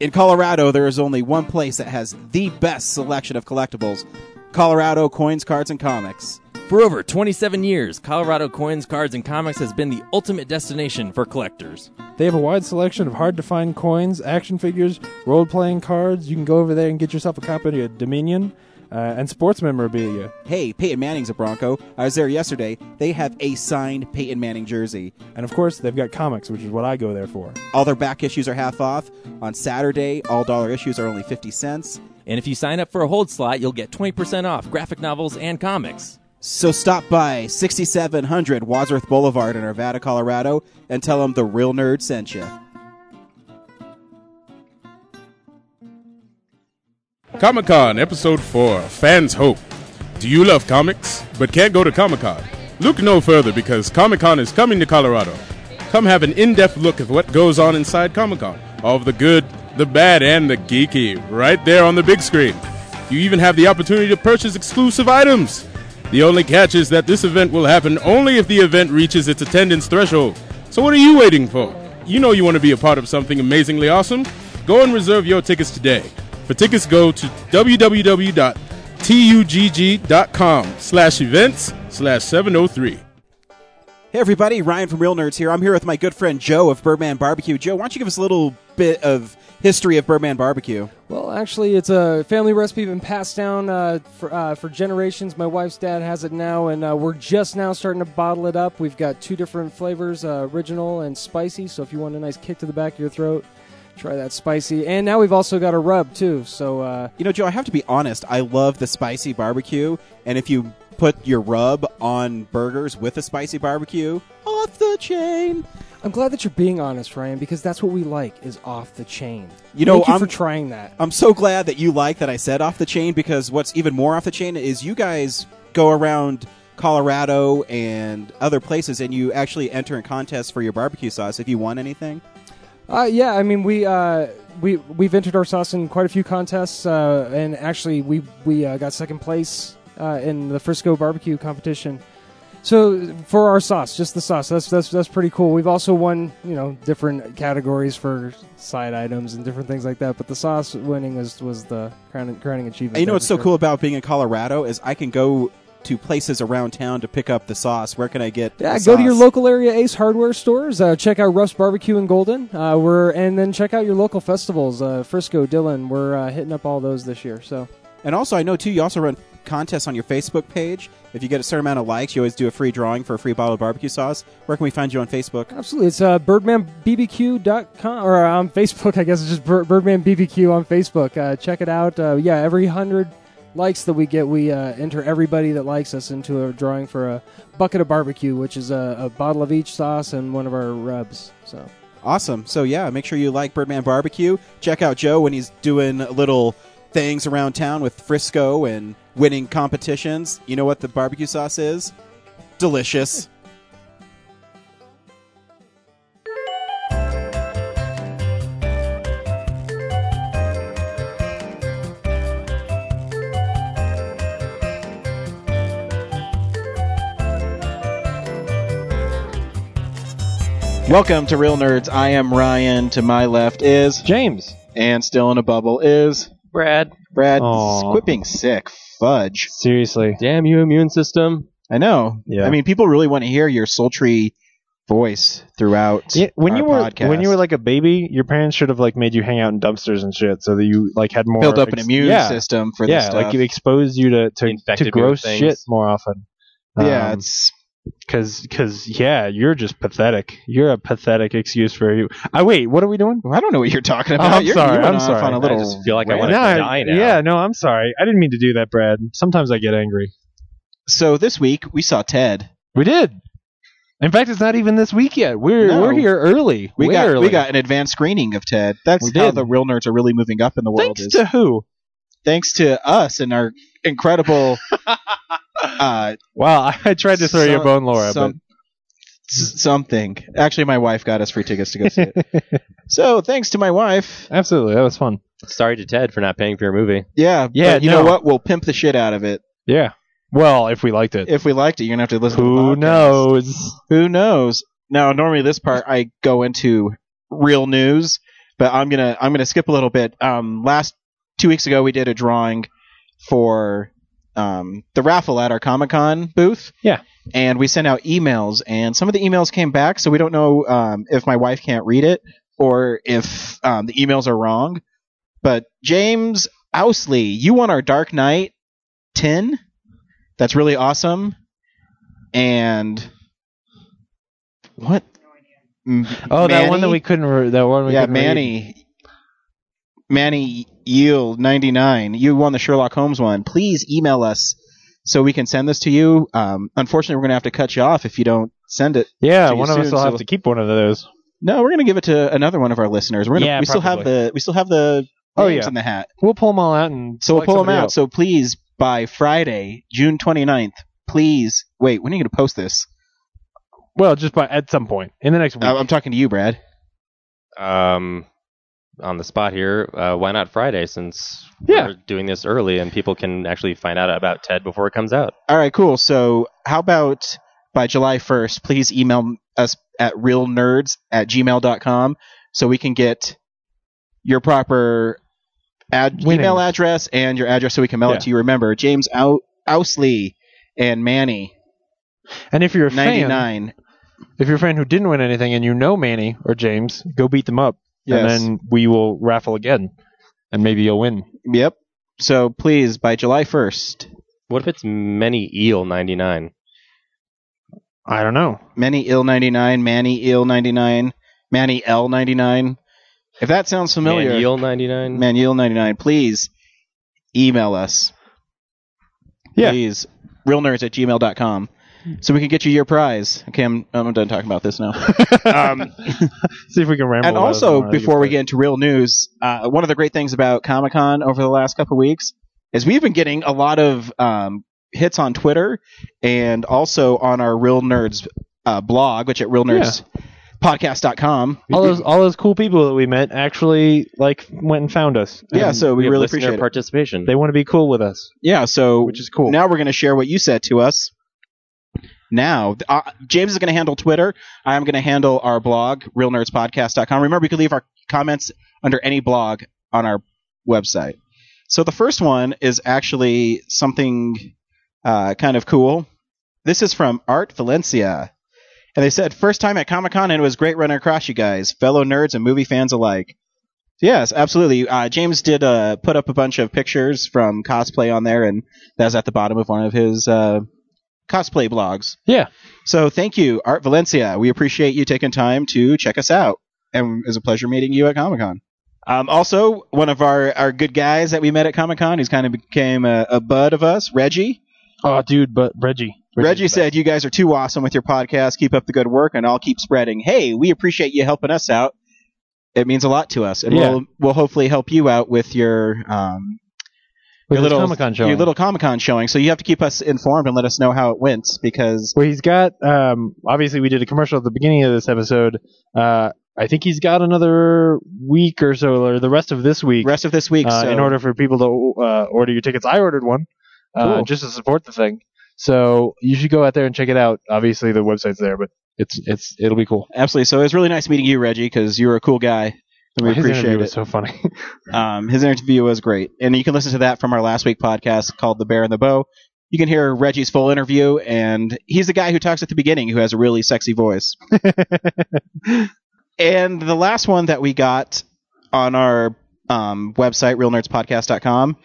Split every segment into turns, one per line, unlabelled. In Colorado, there is only one place that has the best selection of collectibles Colorado coins, cards, and comics.
For over 27 years, Colorado Coins, Cards, and Comics has been the ultimate destination for collectors.
They have a wide selection of hard to find coins, action figures, role playing cards. You can go over there and get yourself a copy of Dominion uh, and sports memorabilia.
Hey, Peyton Manning's a Bronco. I was there yesterday. They have a signed Peyton Manning jersey.
And of course, they've got comics, which is what I go there for.
All their back issues are half off. On Saturday, all dollar issues are only 50 cents.
And if you sign up for a hold slot, you'll get 20% off graphic novels and comics.
So stop by 6700 Wadsworth Boulevard in Arvada, Colorado, and tell them the real nerd sent you.
Comic Con Episode 4 Fans Hope. Do you love comics but can't go to Comic Con? Look no further because Comic Con is coming to Colorado. Come have an in depth look at what goes on inside Comic Con. All of the good, the bad, and the geeky right there on the big screen. You even have the opportunity to purchase exclusive items. The only catch is that this event will happen only if the event reaches its attendance threshold. So what are you waiting for? You know you want to be a part of something amazingly awesome. Go and reserve your tickets today. For tickets, go to www.tugg.com slash events slash 703.
Hey everybody, Ryan from Real Nerds here. I'm here with my good friend Joe of Birdman Barbecue. Joe, why don't you give us a little bit of history of Birdman Barbecue?
Well, actually, it's a family recipe been passed down uh, for, uh, for generations. My wife's dad has it now, and uh, we're just now starting to bottle it up. We've got two different flavors uh, original and spicy. So if you want a nice kick to the back of your throat, try that spicy. And now we've also got a rub, too. So uh,
You know, Joe, I have to be honest. I love the spicy barbecue, and if you put your rub on burgers with a spicy barbecue, off the chain.
I'm glad that you're being honest, Ryan, because that's what we like is off the chain.
You know,
Thank you
I'm-
for trying that.
I'm so glad that you like that I said off the chain because what's even more off the chain is you guys go around Colorado and other places and you actually enter in contests for your barbecue sauce if you want anything.
Uh, yeah, I mean we uh, we we've entered our sauce in quite a few contests, uh, and actually we we uh, got second place uh, in the Frisco barbecue competition. So for our sauce, just the sauce, that's that's that's pretty cool. We've also won you know different categories for side items and different things like that, but the sauce winning was was the crowning, crowning achievement.
And you know
there
what's
for
so
sure.
cool about being in Colorado is I can go to places around town to pick up the sauce. Where can I get
Yeah,
the
go to your
sauce?
local area Ace Hardware stores. Uh, check out Ruff's Barbecue in Golden. Uh, we're and then check out your local festivals, uh, Frisco, Dillon. We're uh, hitting up all those this year. So
And also, I know too, you also run contests on your Facebook page. If you get a certain amount of likes, you always do a free drawing for a free bottle of barbecue sauce. Where can we find you on Facebook?
absolutely, it's uh, BirdmanBBQ.com or on Facebook. I guess it's just Bir- Birdman BBQ on Facebook. Uh, check it out. Uh, yeah, every hundred likes that we get, we uh, enter everybody that likes us into a drawing for a bucket of barbecue, which is a, a bottle of each sauce and one of our rubs. So.
Awesome. So yeah, make sure you like Birdman Barbecue. Check out Joe when he's doing little things around town with Frisco and winning competitions. You know what the barbecue sauce is? Delicious. Welcome to Real Nerds. I am Ryan. To my left is
James.
and still in a bubble is
Brad.
Brad.
Aw.
Quit being sick. Fudge.
Seriously.
Damn you, immune system.
I know.
Yeah.
I mean, people really want to hear your sultry voice throughout.
Yeah, when
our
you were
podcast.
when you were like a baby, your parents should have like made you hang out in dumpsters and shit, so that you like had more
build up an
ex-
immune
yeah,
system for this
Yeah,
stuff.
like it exposed you to to,
Infected
to
me
gross
with things.
shit more often.
yeah,
Um,
it's
Cause, cause, yeah, you're just pathetic. You're a pathetic excuse for you. I wait. What are we doing?
I don't know what you're talking
Oh,
about.
I'm
You're-
sorry,
you went
I'm
off
sorry.
On a
I
little
just feel like I
rant.
wanna-
No,
to
I-
die now.
Yeah, no, I'm sorry. I didn't mean to do that, Brad. Sometimes I get angry.
So this week we saw Ted.
We did. In fact, it's not even this week yet. We're
No.
we're here early.
We
Way
got
early.
we got an advanced screening of Ted. That's
We
how
did.
the real nerds are really moving up in the world.
Thanks
is
to who?
thanks to us and our incredible. uh,
Wow, I, I tried to throw you a
some-
bone, Laura,
some- s- something. Actually, my wife got us free tickets to go see it. so thanks to my wife.
but absolutely, that was fun.
Sorry to Ted for not paying for your movie.
Yeah,
Yeah,
But you know
no.
what? We'll pimp the shit out of it.
Yeah. Well, if we liked it,
If we liked it, you're gonna have to listen. to
who
the podcast.
knows?
Who knows? Now, normally this part I go into real news. but I'm gonna I'm gonna skip a little bit. Um, last two weeks ago, we did a drawing for um, the raffle at our Comic Con booth.
Yeah.
and we sent out emails, and some of the emails came back, so we don't know um, if my wife can't read it or if um, the emails are wrong. But James Ousley, you won our Dark Knight tin. That's really awesome. And what? M-
Oh, that one that
Manny?
we couldn't. Re- that one we
yeah,
couldn't read.
Manny. Manny Yield 99. You won the Sherlock Holmes one. Please email us so we can send this to you. Um, unfortunately, we're going to have to cut you off if you don't send it.
Yeah,
Too
one of us
soon,
will
so-
have to keep one of those.
No, we're going to give it to another one of our listeners. We're gonna,
Yeah,
we still have
probably.
the we still have the
Oh,
names
yeah.
in the hat.
We'll pull them all out and
So we'll
select
pull them
somebody
out.
else.
So please by Friday, June 29th, please wait, when are you going to post this?
Well, just by at some point in the next week.
I- I'm talking to you, Brad.
Um, on the spot here, uh, why not Friday? Since
Yeah.
we're doing this early and people can actually find out about Ted before it comes out.
All right, cool. So, how about by July 1st, please email us at realnerds at gmail.com so we can get your proper ad-
Winnings.
email address and your address so we can mail
Yeah.
it to you. Remember, James Ou- Ousley and Manny,
and if you're a fan,
99.
if you're a fan who didn't win anything and you know Manny or James, go beat them up,
Yes.
and then we will raffle again, and maybe you'll win.
yep. So, please, by July 1st,
What if it's E? Many Eel 99?
I don't know.
Manny Ill 99, Manny Ill 99, Manny L 99. If that sounds familiar,
Eel 99?
Manuel ninety nine, please email us.
Yeah.
Please. Realnerds at gmail.com. So we can get you your prize. Okay, I'm, I'm done talking about this now. Um,
See if we can ramble.
and
about it
also,
somewhere.
before we get into real news, uh, one of the great things about Comic Con over the last couple weeks is we've been getting a lot of um, hits on Twitter and also on our Real Nerds uh, blog, which at realnerdspodcast.com.
all those all those cool people that we met actually like went and found us.
Yeah,
And
so we,
have
really
listener
appreciate it.
participation.
they want to be cool with us,
Yeah, so
which is cool.
Now we're going to share what you said to us. Now, th- uh, James is going to handle Twitter. I'm going to handle our blog, realnerdspodcast.com. Remember, you can leave our comments under any blog on our website. So the first one is actually something uh, kind of cool. This is from Art Valencia. And they said, first time at Comic Con, and it was great running across you guys, fellow nerds and movie fans alike. Yes, absolutely. Uh, James did uh, put up a bunch of pictures from cosplay on there, and that's at the bottom of one of his uh, cosplay blogs.
Yeah.
So thank you, Art Valencia. We appreciate you taking time to check us out, and it was a pleasure meeting you at Comic Con. Um, also, one of our, our good guys that we met at Comic Con, who's kind of became a, a bud of us, Reggie.
Oh, dude, but Reggie.
Reggie said, "You guys are too awesome with your podcast. Keep up the good work, and I'll keep spreading. Hey, we appreciate you helping us out. It means a lot to us, and
Yeah.
we'll we'll hopefully help you out with your um,
With
your little
Comic Con show.
your little Comic Con showing. So you have to keep us informed and let us know how it went because
Well, he's got. Um, obviously, we did a commercial at the beginning of this episode. Uh, I think he's got another week or so, or the rest of this week,
rest of this week.
uh,
so
in order for people to uh, order your tickets. I ordered one uh,
Cool.
just to support the thing. So you should go out there and check it out. Obviously, the website's there, but it's it's it'll be cool.
absolutely. So it was really nice meeting you, Reggie, because you're a cool guy, and we
His interview
appreciate it.
was so funny.
Um, his interview was great, and you can listen to that from our last week podcast called "The Bear and the Bow." You can hear Reggie's full interview, and he's the guy who talks at the beginning, who has a really sexy voice. and the last one that we got on our um, website, realnerdspodcast.com,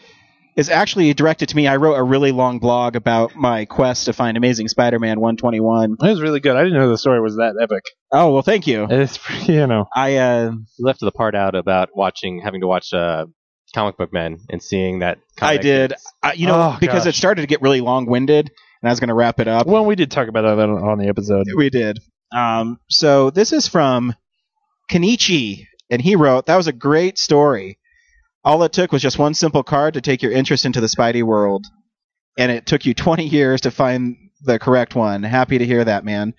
is actually directed to me. I wrote a really long blog about my quest to find Amazing Spider-Man 121.
It was really good. I didn't know the story was that epic.
Oh well, thank you.
It's pretty- you know.
I uh,
You left the part out about watching, having to watch uh, Comic Book Men and seeing that.
I
comic.
did. I, you know,
Oh,
because
gosh.
it started to get really long-winded, and I was going to wrap it up.
Well, we did talk about that on, on the episode.
We did. Um, so this is from Kenichi, and he wrote, That was a great story. All it took was just one simple card to take your interest into the Spidey world. And it took you 20 years to find the correct one. Happy to hear that, man.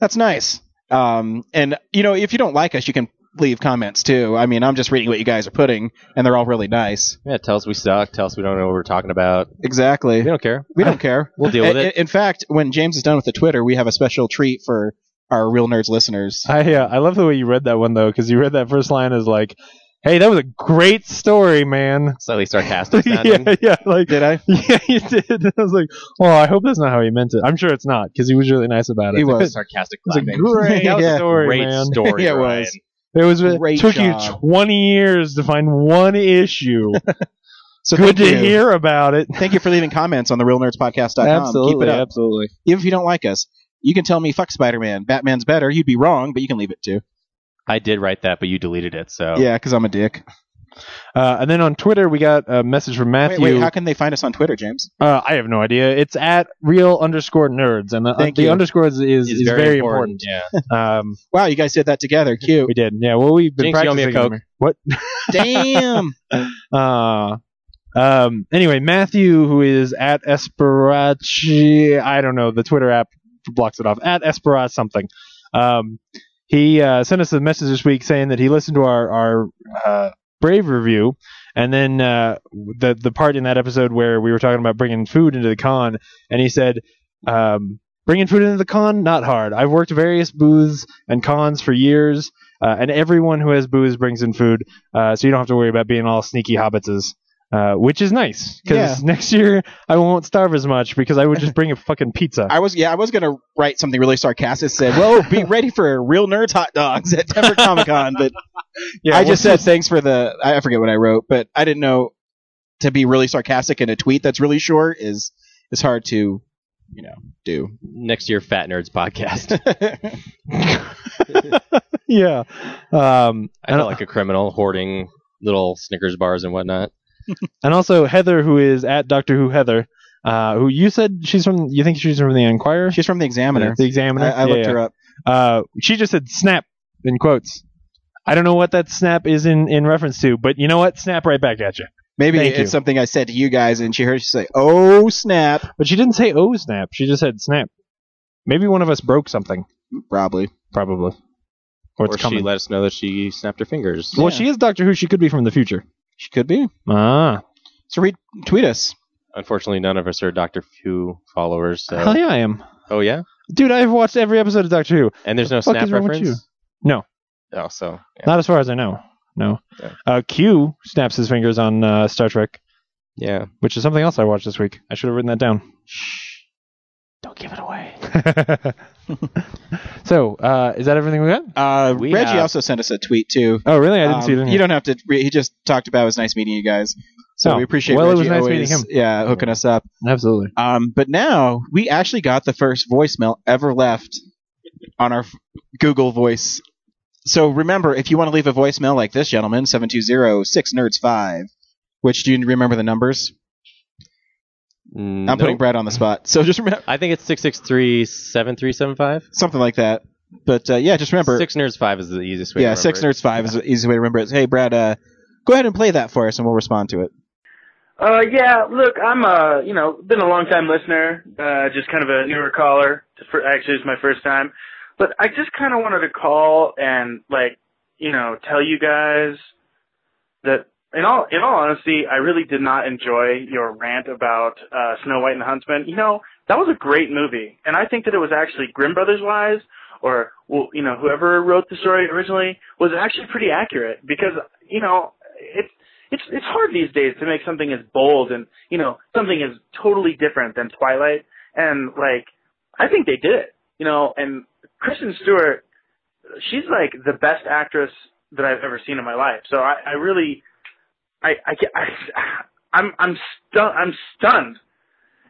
That's nice. Um, and, you know, if you don't like us, you can leave comments too. I mean, I'm just reading what you guys are putting, and they're all really nice.
Yeah, tell us we suck. Tell us we don't know what we're talking about.
Exactly.
We don't care.
We don't care.
We'll deal with
In-
it.
In fact, when James is done with the Twitter, we have a special treat for our real nerds listeners.
I uh, I love the way you read that one though, because you read that first line as like, "Hey, that was a great story, man."
Slightly sarcastic sounding.
yeah, yeah, like
Did I?
yeah, you did. I was like, "Well, I hope that's not how he meant it." I'm sure it's not, because he was really nice about it.
He was.
sarcastic
It was a
laughing.
great
That was a
story,
Great
man.
story.
Yeah, it
Ryan.
was.
It was
Great
it took you
job.
20 years to find one issue.
So thank
Good to
you.
hear about it.
Thank you for leaving comments on the realnerdspodcast.com. Keep
Absolutely,
it up.
absolutely.
Even if you don't like us, you can tell me fuck Spider-Man. Batman's better. You'd be wrong, but you can leave it too.
I did write that, but you deleted it. So
Yeah, because I'm a dick.
Uh, and then on Twitter, we got a message from
Wait,
Matthew.
wait, how can they find us on Twitter, James?
uh, I have no idea. It's at real underscore nerds, and the, uh,
Thank
the
you.
underscore is, is,
It's
is very, important.
Yeah.
Um,
Wow, you guys did that together. Cute.
we did, yeah. Well, we've been
Jinx, you owe me a
practicing. What?
Damn.
Uh, um, anyway, Matthew, who is at Esperachi, I don't know, the Twitter app blocks it off, at Esperat something. Um, he uh, sent us a message this week saying that he listened to our, our uh, Brave review, and then uh, the, the part in that episode where we were talking about bringing food into the con, and he said, um, Bringing food into the con, not hard. I've worked various booths and cons for years, uh, and everyone who has booths brings in food uh, so you don't have to worry about being all sneaky hobbitses, uh, which is nice because next year I won't starve as much because I would just bring a fucking pizza.
I was yeah, I was gonna write something really sarcastic. Said, "Well, be ready for real nerds hot dogs at Denver Comic Con." But
yeah,
I
well,
just said thanks for the. I I forget what I wrote, but I didn't know to be really sarcastic in a tweet that's really short is is hard to you know do.
Next year, Fat Nerds podcast.
yeah. Um,
I felt like a criminal hoarding little Snickers bars and whatnot.
and also Heather, who is at Doctor Who Heather, uh, who you said she's from. You think she's from the Enquirer?
She's from the Examiner.
the Examiner.
I, I looked her up.
her. Uh, she just said "snap" in quotes. I don't know what that snap is in, in reference to, but you know what? Snap right back at you.
Maybe
Thank
it's
you.
something I said to you guys, and she heard she say, "Oh snap!"
But she didn't say "oh snap." She just said "snap." Maybe one of us broke something.
Probably.
Probably. Or it's
or
coming.
she let us know that she snapped her fingers.
well,
Yeah.
she is Doctor Who. She could be from the future.
She could be.
Ah.
So read, tweet us.
Unfortunately, none of us are Doctor Who followers. So.
Hell yeah, I am.
Oh yeah.
Dude, I've watched every episode of Doctor Who.
And there's no
fuck
snap
is wrong with
reference.
you? No.
Oh, so yeah.
Not as far as I know. No.
Yeah.
Uh, Q snaps his fingers on uh, Star Trek,
yeah.
which is something else I watched this week. I should have written that down. Shh. Don't give it away. so, uh, is that everything we got?
Uh,
We
Reggie
have-
also sent us a tweet too.
Oh, really? I didn't
Um,
see it in
You don't have to. Re- he just talked about it was nice meeting you guys. So
Oh,
we appreciate.
well, it was
Reggie
nice
always,
meeting him.
Yeah, hooking us up.
don't. Absolutely.
Um, but now we actually got the first voicemail ever left on our f- Google Voice. So remember, if you want to leave a voicemail like this gentleman, 720-6nerds5, which do you remember the numbers?
Mm,
I'm putting
nope.
Brad on the spot. So just remember
I think it's six six three seven three seven five.
something like that. But uh, yeah, just remember.
Six nerds five is the easiest way.
yeah,
to remember
6
it.
nerds 5 is the easy way to remember it. Hey, Brad, uh, go ahead and play that for us and we'll respond to it.
Uh, yeah, look, I'm uh, you know, been a long time listener, uh, just kind of a newer caller. It's fir- Actually, it's my first time, but I just kind of wanted to call and like, you know, tell you guys that in all in all honesty, I really did not enjoy your rant about uh, Snow White and the Huntsman. You know, that was a great movie, and I think that it was actually Grimm Brothers wise, or well, you know, whoever wrote the story originally was actually pretty accurate because you know it's it's it's hard these days to make something as bold and you know something as totally different than Twilight, and like I think they did it, you know, and Kristen Stewart, she's like the best actress that I've ever seen in my life, so I, I really I I, ca- I I'm I'm stunned I'm stunned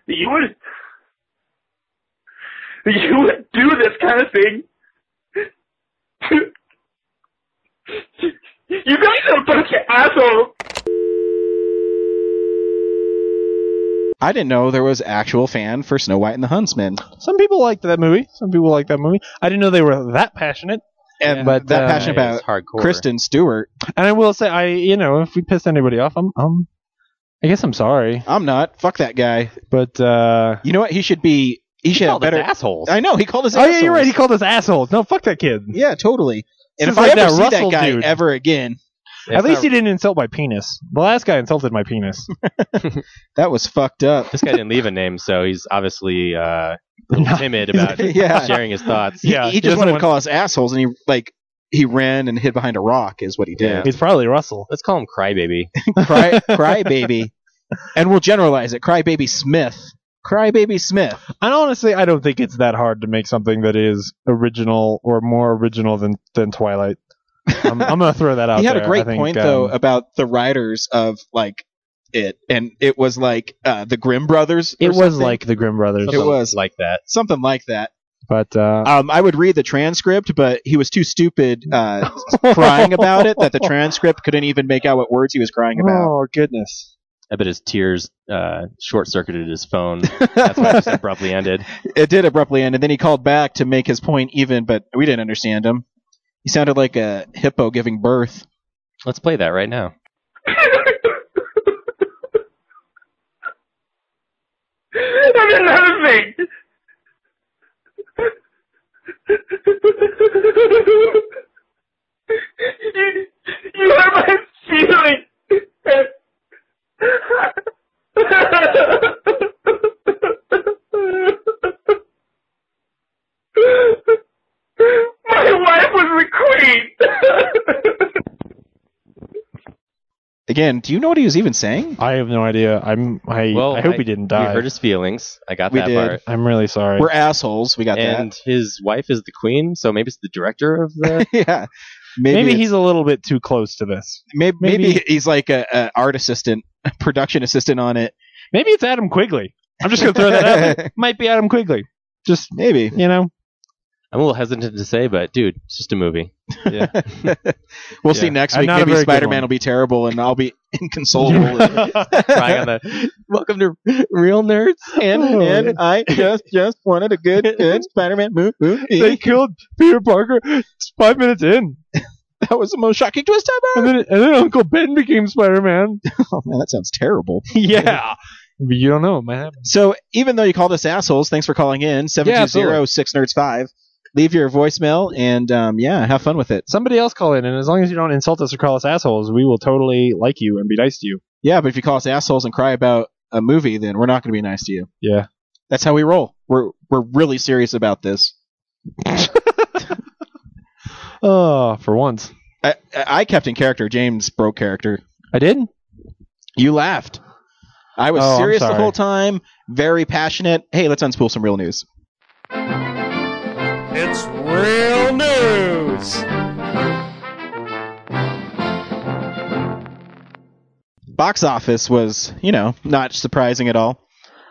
that you would that you would do this kind of thing. you guys are a bunch of assholes.
I didn't know there was actual fan for Snow White and the Huntsman.
Some people liked that movie. Some people liked that movie. I didn't know they were that passionate.
And
But,
that
uh,
passion
Yeah,
about
it's hardcore.
Kristen Stewart.
And I will say, I you know, if we pissed anybody off, I'm, I'm I guess I'm sorry.
I'm not. Fuck that guy.
But uh,
You know what? He should be. He should have
Called us
better.
assholes.
I know. He called us.
oh yeah, you're right. He
assholes.
called us assholes. No, fuck that kid.
yeah, totally. And
This
if
is
I
like
ever
that
see
Russell
that guy
dude.
ever again,
It's
At least
not-
he didn't insult my penis. The last guy insulted my penis.
That was fucked up.
this guy didn't leave a name, so he's obviously uh, timid about
Yeah.
sharing his thoughts.
Yeah,
he,
he
just
doesn't
wanted to
want-
call us assholes, and he like he ran and hid behind a rock is what he did.
He's probably Russell.
Let's call him Crybaby.
Cry, crybaby, and we'll generalize it. Crybaby Smith. Crybaby Smith.
And honestly, I don't think it's that hard to make something that is original or more original than than Twilight. I'm, I'm gonna throw that out.
he had
there.
a
I
great
think,
point
um,
though about the writers of like it, and it was like uh, the Grimm brothers. or
It was
something.
like the Grimm Brothers,
It was.
like that.
something like that.
but uh,
Um, I would read the transcript, but he was too stupid uh, crying about it that the transcript couldn't even make out what words he was crying about.
Oh goodness!
I bet his tears uh, short circuited his phone. That's why it just abruptly ended.
it did abruptly end, and then he called back to make his point even, but we didn't understand him. He sounded like a hippo giving birth.
Let's play that right now.
I didn't have a thing. you, you are my feeling. my wife was the queen.
Again, do you know what he was even saying?
I have no idea. I'm. I,
Well,
I hope he didn't die.
We heard his feelings. I got
We
that
did.
part.
I'm really sorry.
We're assholes. We got
And his wife is the queen, so maybe it's the director of the.
that. yeah.
maybe
it's-
he's a little bit too close to this.
maybe,
maybe-
maybe he's like a, a art assistant, a production assistant on it.
Maybe it's Adam Quigley. I'm just gonna throw that out. there. Might be Adam Quigley. Just
Maybe.
you know,
I'm a little hesitant to say, but dude, it's just a movie.
we'll see
Yeah.
next
And
week.
not a
Maybe
very good
Spider
one.
Man will be terrible and I'll be inconsolable.
Crying on the welcome to real nerds and
Oh,
and
I just just wanted a good good Spider Man
they
movie.
killed Peter Parker five minutes in,
That was the most shocking twist
and
ever.
then and then Uncle Ben became Spider-Man.
Oh man, that sounds terrible.
yeah, But you don't know, man.
So even though you called us assholes, thanks for calling in. 720-6NERDS5. Leave your voicemail and um, yeah, have fun with it.
Somebody else call in, and as long as you don't insult us or call us assholes, we will totally like you and be nice to you.
Yeah, but if you call us assholes and cry about a movie, then we're not going to be nice to you.
Yeah.
That's how we roll. We're we're really serious about this.
Oh, for once,
I, I kept in character. James broke character.
I did.
You laughed. I was
Oh, I'm
serious the
sorry.
whole time. Very passionate. Hey, let's unspool some real news.
It's real news.
Box office was, you know, not surprising at all.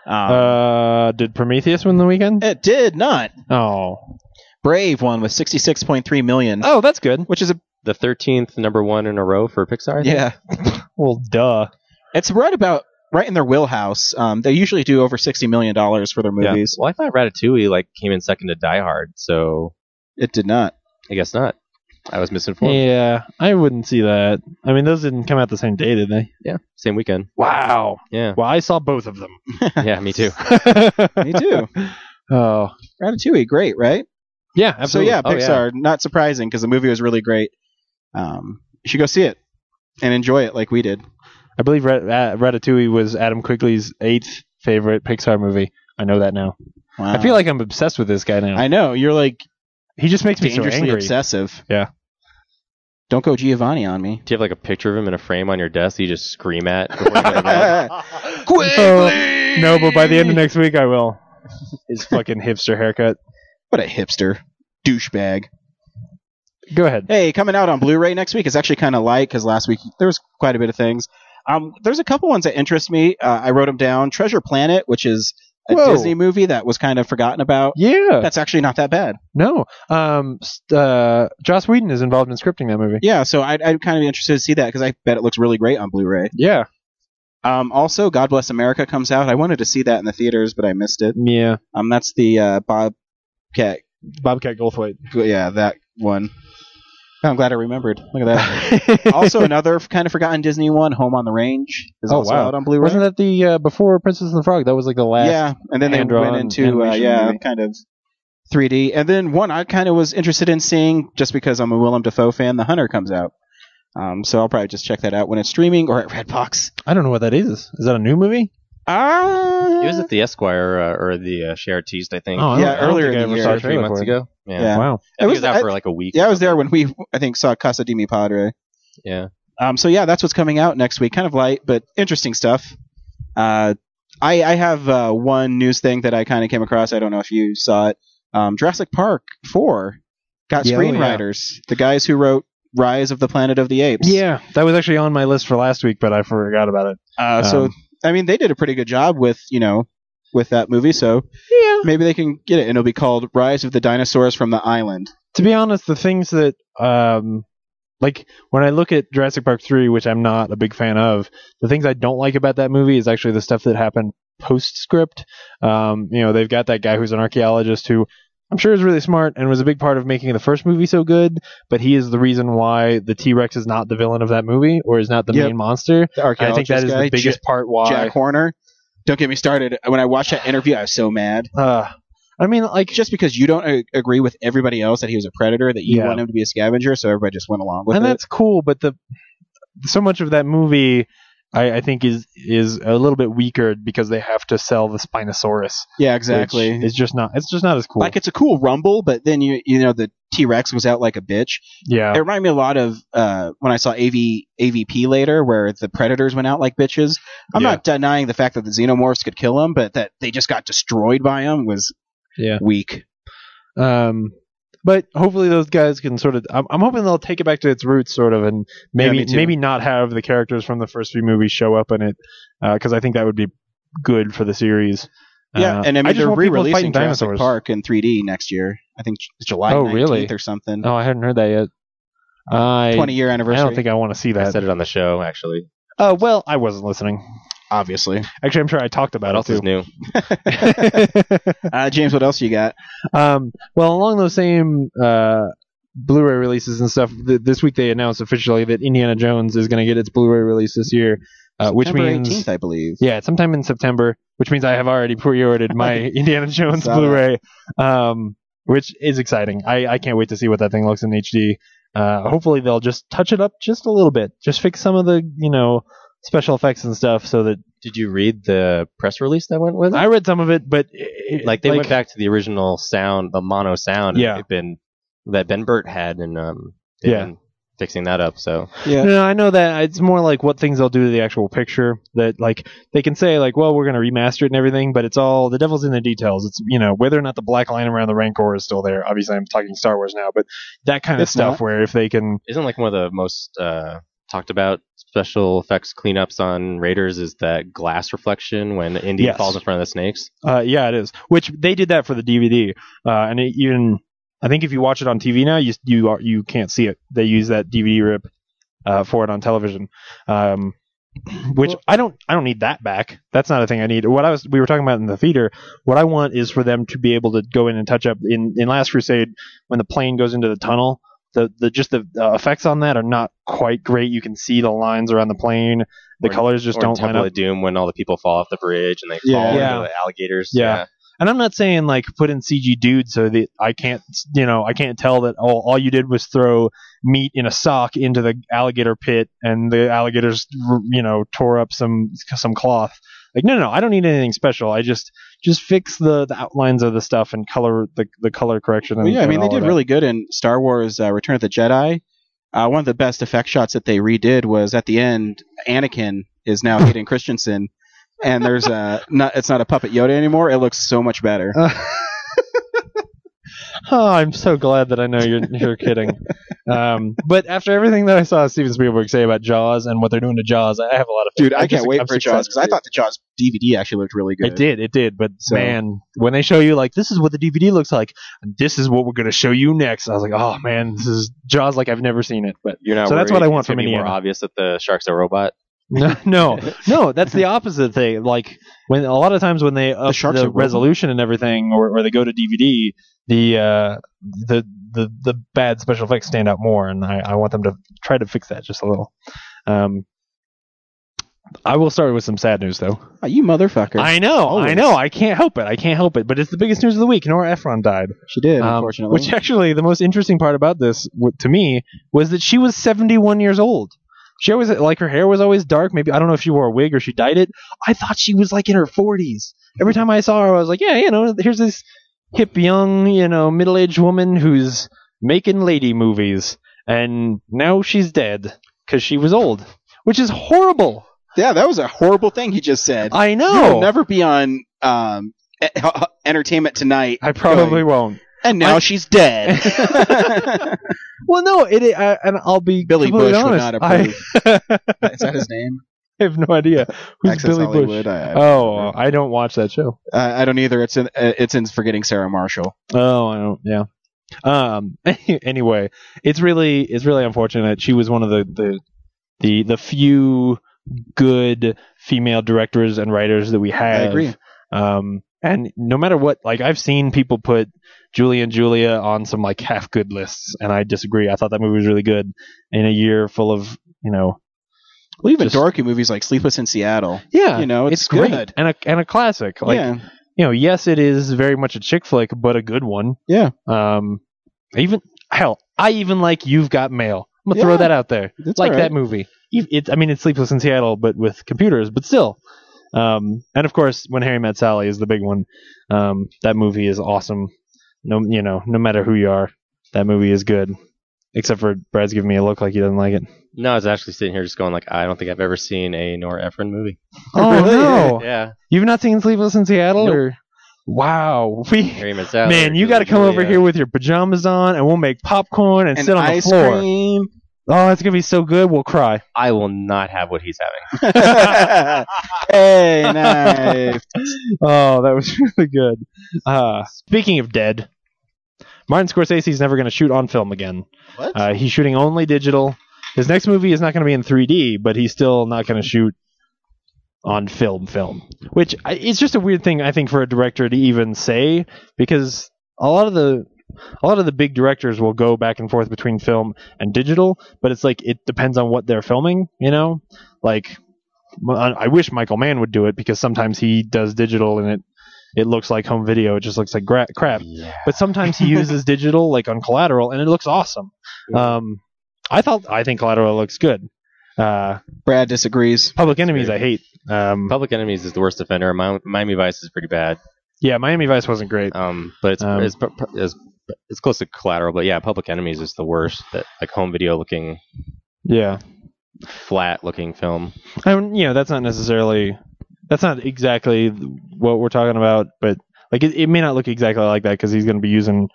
Um,
Uh, did Prometheus win the weekend?
it did not.
Oh,
Brave won with sixty six point three million,
oh, that's good.
which is a
the 13th number one in a row for Pixar. I think.
yeah.
Well, duh.
It's right about right in their wheelhouse. Um, they usually do over sixty million dollars for their movies.
Well, I thought Ratatouille like came in second to Die Hard, so
It did not.
I guess not. I was misinformed.
Yeah, I wouldn't see that. I mean, those didn't come out the same day, did they?
yeah, same weekend.
Wow.
Yeah,
Well, I saw both of them.
yeah, me too.
Me too.
Oh,
Ratatouille, great, right?
yeah.
So yeah,
Oh, yeah.
Pixar, not surprising because the movie was really great. Um, you should go see it and enjoy it like we did.
I believe Rat- uh, Ratatouille was Adam Quigley's eighth favorite Pixar movie. I know that now.
Wow.
I feel like I'm obsessed with this guy now.
I know you're like
he just makes me so
dangerously
angry.
obsessive.
Yeah.
Don't go Giovanni on me.
Do you have like a picture of him in a frame on your desk that you just scream at? before you go to bed?
So- no, but by the end of next week, I will. His fucking hipster haircut.
What a hipster douchebag.
Go ahead.
Hey, coming out on Blu-ray next week is actually kind of light because last week there was quite a bit of things. Um, there's a couple ones that interest me. Uh, I wrote them down. Treasure Planet, which is a
Whoa.
Disney movie that was kind of forgotten about.
Yeah.
That's actually not that bad.
No. Um. s- Uh. Joss Whedon is involved in scripting that movie.
Yeah, so I'd, I'd kind of be interested to see that because I bet it looks really great on Blu-ray.
Yeah.
Um, also, God Bless America comes out. I wanted to see that in the theaters, but I missed it.
Yeah.
Um, that's the uh, Bobcat.
Bobcat Goldthwait.
Yeah, that one. I'm glad I remembered. Look at that. also, another kind of forgotten Disney one, Home on the Range, is
Oh,
also
wow.
out on Blu-ray.
Wasn't that the uh, before Princess and the Frog? That was like the last.
yeah, and then they
hand-drawn
went into uh,
animation
yeah,
movie.
kind of 3D. And then one I kind of was interested in seeing just because I'm a Willem Dafoe fan. The Hunter comes out. Um, so I'll probably just check that out when it's streaming or at Redbox.
I don't know what that is. Is that a new movie?
Ah,
It was at the Esquire uh, or the uh, Share Teased, I think.
Oh, I
Yeah,
don't- I don't
earlier
think I
in the
ever
year,
saw a
three
trailer
months
for it.
ago. Yeah.
Yeah.
Wow.
I think it
was-
was out
I-
for like a week.
yeah, I was there when we I think saw Casa di Mi Padre.
Yeah.
Um, so yeah, that's what's coming out next week. Kind of light, but interesting stuff. Uh, I, I have uh, one news thing that I kind of came across. I don't know if you saw it. Um, Jurassic Park Four got
Yeah, oh, yeah.
screenwriters, the guys who wrote Rise of the Planet of the Apes.
Yeah, that was actually on my list for last week, but I forgot about it.
Uh, so
Um,
I mean, they did a pretty good job with you know with that movie. So yeah, maybe they can get it, and it'll be called Rise of the Dinosaurs from the Island.
to be honest, the things that um like when I look at Jurassic Park 3, which I'm not a big fan of, the things I don't like about that movie is actually the stuff that happened postscript. Um, you know, they've got that guy who's an archaeologist who I'm sure is really smart and was a big part of making the first movie so good, but he is the reason why the T-Rex is not the villain of that movie or is not the
Yep.
main monster.
The
And I
archaeologist
think that is
guy,
the biggest part why
Jack Horner. Don't get me started. When I watched that interview, I was so mad.
uh I mean like
Just because you don't a- agree with everybody else that he was a predator, that you
Yeah.
want him to be a scavenger, so everybody just went along with
and
it.
that's cool but the so much of that movie I, I think is is a little bit weaker because they have to sell the spinosaurus
yeah,
which
exactly.
is just not it's just not as cool
Like it's a cool rumble, but then you you know the T Rex was out like a bitch.
yeah
It reminded me a lot of uh, when I saw AV, AVP later, where the predators went out like bitches. I'm
Yeah.
not denying the fact that the xenomorphs could kill them, but that they just got destroyed by them was
Yeah.
weak.
um but hopefully those guys can sort of I'm, I'm hoping they'll take it back to its roots sort of and maybe
me too.
maybe not have the characters from the first few movies show up in it because I think that would be good for the series
Yeah,
Uh,
and I mean
I just
they're
want people
re-releasing
fighting
Jurassic
dinosaurs.
Park in 3D next year. I think it's July
Oh,
19th
really?
or something.
oh I hadn't heard that yet I
20 year
I
anniversary.
don't think I want to see
I
that
said it on the show, actually.
uh well I wasn't listening
obviously.
actually I'm sure I talked
What
about it
else
too
is new?
Uh, James, what else you got?
um, well, along those same uh, Blu-ray releases and stuff, th- this week they announced officially that Indiana Jones is going to get its Blu-ray release this year, uh, which
September
means
18th, I believe.
yeah, sometime in September, which means I have already pre-ordered my Indiana Jones
Saw that.
Blu-ray, um, which is exciting. I, I can't wait to see what that thing looks in HD. Uh, hopefully they'll just touch it up just a little bit, just fix some of the you know special effects and stuff so that
Did you read the press release that went with it?
I read some of it, but it,
like they went back to the original sound, the mono sound.
Yeah.
it'd Been, that Ben Burt had, and um, they've
Yeah.
been fixing that up. So
Yeah.
No, I know that it's more like what things they'll do to the actual picture. That like they can say like, well, we're gonna remaster it and everything, but it's all the devil's in the details. It's you know whether or not the black line around the Rancor is still there. Obviously, I'm talking Star Wars now, but that kind of
It's
stuff
not.
where if they can,
isn't like one of the most uh, talked about special effects cleanups on Raiders is that glass reflection when Indy
Yes.
falls in front of the snakes.
uh, yeah, it is. Which they did that for the DVD, uh, and it even I think if you watch it on TV now, you you are, you can't see it. They use that DVD rip uh, for it on television. Um, which I don't I don't need that back. That's not a thing I need. What I was we were talking about in the theater, what I want is for them to be able to go in and touch up in in Last Crusade when the plane goes into the tunnel. The the just the uh, effects on that are not quite great. You can see the lines around the plane. The
Or-
colors just
or in
don't line
Temple
up.
of Doom when all the people fall off the bridge and they
Yeah.
fall
Yeah.
into the alligators.
Yeah. And I'm not saying like put in CG dude so that I can't, you know, I can't tell that all all you did was throw meat in a sock into the alligator pit and the alligators, you know, tore up some some cloth. Like no, no, I don't need anything special. I just just fix the, the outlines of the stuff and color the the color correction. And,
Well, yeah, I
and
mean, they
all of
did
that.
really good in Star Wars uh, Return of the Jedi. Uh, one of the best effect shots that they redid was at the end, Anakin is now Hayden Christensen, and there's a, not, it's not a puppet Yoda anymore. It looks so much better.
Oh, I'm so glad that I know you're you're kidding. Um, but after everything that I saw Steven Spielberg say about Jaws and what they're doing to Jaws, I have a lot of faith.
Dude, I
I'm
can't
just-
wait
I'm
for
excited
Jaws
to
because I
see it.
thought the Jaws DVD actually looked really good.
It did, it did. But
So-
man, when they show you like this is what the DVD looks like, this is what we're gonna show you next. I was like, oh man, this is Jaws like I've never seen it. But
You're not
So that's what
worried
I want
it's gonna
from
be more
Indiana.
obvious that the shark's a robot.
no, no, no, that's the opposite thing. Like when a lot of times when they up
sharks
the,
are robots.
resolution and everything, or, or they go to DVD, the uh, the the the bad special effects stand out more, and I, I want them to try to fix that just a little. Um, I will start with some sad news, though.
Oh, you motherfucker.
I know, I
Always.
know. I can't help it. I can't help it. But it's the biggest news of the week. Nora Ephron died.
She did,
Um,
unfortunately.
Which actually, the most interesting part about this w- to me was that she was 71 years old. She always like her hair was always dark. Maybe I don't know if she wore a wig or she dyed it. I thought she was like in her 40s. Every time I saw her, I was like, yeah, you know, here's this hip young, you know, middle-aged woman who's making lady movies, and now she's dead because she was old, which is horrible.
yeah, that was a horrible thing he just said.
I know.
You'll never be on um, e- Entertainment Tonight.
I probably
going,
won't.
And now
I-
she's dead.
Well, no, it. I, and I'll be
Billy
completely
Bush would
honest.
not
I-
Is that his name?
I have no idea who's
Access
Billy
Hollywood.
Bush.
I, I,
Oh, I don't watch that show.
I don't either. It's in, uh, it's in Forgetting Sarah Marshall.
Oh, I don't. Yeah. Um. Anyway, it's really it's really unfortunate. She was one of the the the, the few good female directors and writers that we had.
agree.
Um. And no matter what, like I've seen people put Julie and Julia on some like half good lists, and I disagree. I thought that movie was really good in a year full of you know.
Well, even
Just-
dorky movies like Sleepless in Seattle.
Yeah,
You know, it's
great
good.
and a and a classic. Like
yeah.
you know, yes, it is very much a chick flick, but a good one.
Yeah.
Um, even hell, I even like You've Got Mail. I'm gonna
Yeah.
throw that out there.
It's
like
all right.
that movie. Ev- It, I mean, it's Sleepless in Seattle, but with computers, but still. Um, and of course, when Harry met Sally is the big one. Um, that movie is awesome. No, you know, no matter who you are, that movie is good. Except for Brad's giving me a look like he doesn't like it.
No, I was actually sitting here just going like, I don't think I've ever seen a Nora Ephron movie.
Oh no!
Yeah,
You've not seen Sleepless in Seattle,
Nope.
or wow, we
Harry Met Sally.
Man, you got to come over here with your pajamas on, and we'll make popcorn and,
And
sit on the
ice
floor.
cream.
Oh, it's gonna be so good. We'll cry.
I will not have what he's having.
hey, nice.
Oh, that was really good. Uh, speaking of dead, Martin Scorsese's never gonna shoot on film again.
What?
Uh, he's shooting only digital. His next movie is not gonna be in 3D, but he's still not gonna shoot on film. Film, which I, it's just a weird thing I think for a director to even say because a lot of the a lot of the big directors will go back and forth between film and digital, but it's like it depends on what they're filming, you know? Like m- I I wish Michael Mann would do it because sometimes he does digital and it it looks like home video, it just looks like gra- crap. But sometimes he uses digital like on Collateral and it looks awesome. Um I thought I think Collateral looks good. Uh
Brad disagrees.
Public Enemies I hate. Um
Public Enemies is the worst offender. Mi- Miami Vice is pretty bad.
yeah, Miami Vice wasn't great.
Um, but it's,
Um,
it's, pr- pr- it's it's close to collateral. But yeah, Public Enemies is the worst. That like home video looking
Yeah.
flat looking film.
I mean, you know, that's not necessarily that's not exactly what we're talking about, but like it, it may not look exactly like that because he's going to be using,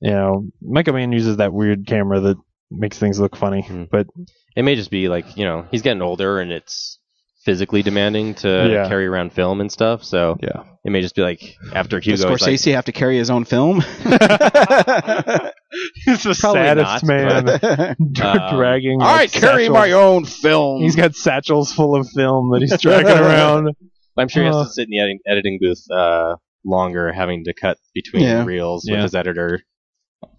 you know, Michael Mann uses that weird camera that makes things look funny,
Hmm.
but
It may just be like you know he's getting older and it's physically demanding to
Yeah.
carry around film and stuff. So
Yeah.
it may just be like after
Does
Hugo, it's like,
Scorsese have to carry his own film?
he's the
Probably not,
saddest man dra-
Um,
dragging.
I
like,
carry
satchels.
my own film.
He's got satchels full of film that he's dragging around.
I'm sure he has
Uh.
to sit in the editing, editing booth uh, longer, having to cut between
Yeah.
reels
Yeah.
with his editor.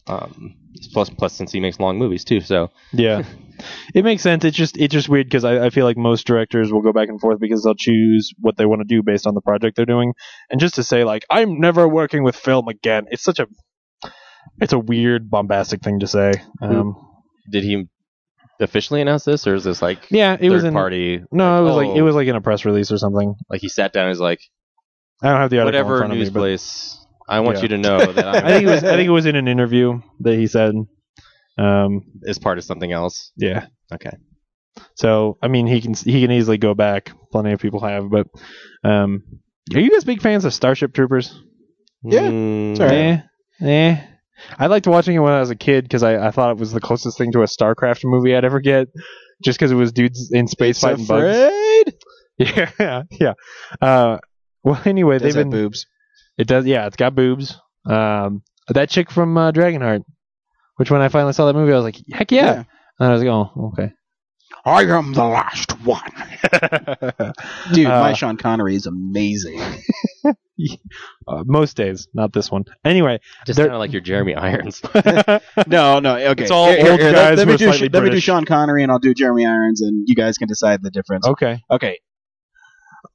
Um, plus, plus, since he makes long movies too, so
Yeah, it makes sense. It's just it's just weird because I, I feel like most directors will go back and forth because they'll choose what they want to do based on the project they're doing, and just to say like I'm never working with film again. It's such a it's a weird bombastic thing to say. Um,
did he officially announce this, or is this like
yeah, it
third
was in
party?
no, it was
oh,
like it was like in a press release or something.
like he sat down and was like,
I don't have the article in
whatever
front of me,
news
but
place. I want
Yeah.
you to know that
I
I'm
think it was I think it was in an interview that he said. Um,
is part of something else.
yeah.
Okay.
So I mean, he can he can easily go back. Plenty of people have, but um, are you guys big fans of Starship Troopers?
Yeah,
Mm,
it's all right.
Eh, eh. I liked watching it when I was a kid because I, I thought it was the closest thing to a StarCraft movie I'd ever get, just because it was dudes in space
It's
fighting bugs.
afraid.
Yeah, yeah. Uh, well, anyway,
Does
they've
have
been
boobs.
it does yeah, it's got boobs. Um, that chick from uh, Dragonheart, which when I finally saw that movie, I was like, heck yeah.
Yeah.
And I was like, oh, okay.
I am the last one.
Dude,
Dude,
Uh,
my Sean Connery is amazing.
Uh, most days, not this one. Anyway,
Just
there-
sounded like you're Jeremy Irons.
No, no. Okay.
It's all
Here- here,
old
here, let, let
guys who
me
are
do
slightly
let me do
British.
Sean Connery and I'll do Jeremy Irons, and you guys can decide the difference.
okay.
Okay.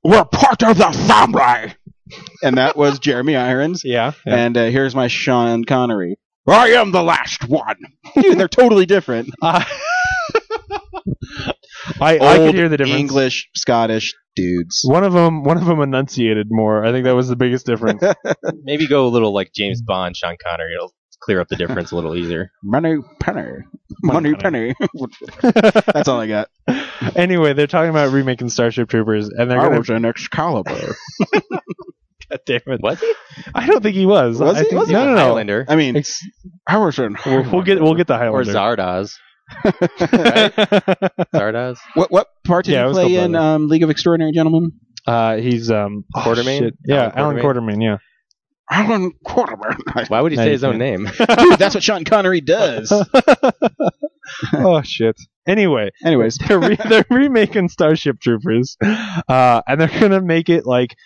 We're part of the samurai. and that was Jeremy Irons.
Yeah. yeah.
And uh, here's my Sean Connery. I am the last one. Dude, they're totally different.
Uh, I, I
Old
could hear the difference.
English, Scottish dudes.
One of them, one of them enunciated more. I think that was the biggest difference.
Maybe go a little like James Bond, Sean Connery. It'll clear up the difference a little easier.
Money penner. Money penner. That's all I got.
anyway, they're talking about remaking Starship Troopers, and they're
I
going
was an Excalibur.
to damn it.
Was he?
I don't think he was.
Was
I
he?
Think,
Was he?
no, no, no.
Highlander
I mean,
Ex-
I was an.
we'll, we'll get we'll get the
or
Highlander.
Zardoz. Zardoz.
What what part did
Yeah, it
you
was
play
called
in
Brother.
um, League of Extraordinary Gentlemen?
uh, he's um oh,
Quartermain?
shit. Yeah, Alan
Alan
Quartermain. Yeah.
Alan Quarterman.
Why would he
No,
say
you
his own
can't.
name?
Dude, that's what Sean Connery does.
oh shit. Anyway,
Anyways,
they're, re- they're remaking Starship Troopers, uh, and they're gonna make it like m-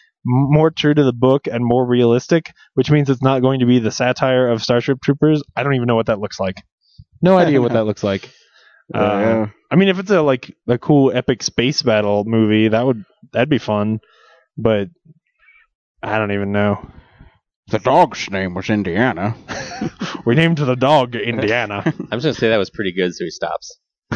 more true to the book and more realistic, which means it's not going to be the satire of Starship Troopers. I don't even know what that looks like. No idea what that looks like. Uh,
Yeah.
I mean, if it's a like a cool epic space battle movie, that would that'd be fun. But I don't even know.
the dog's name was Indiana.
We named the dog Indiana.
I'm just gonna say that was pretty good, so he stops.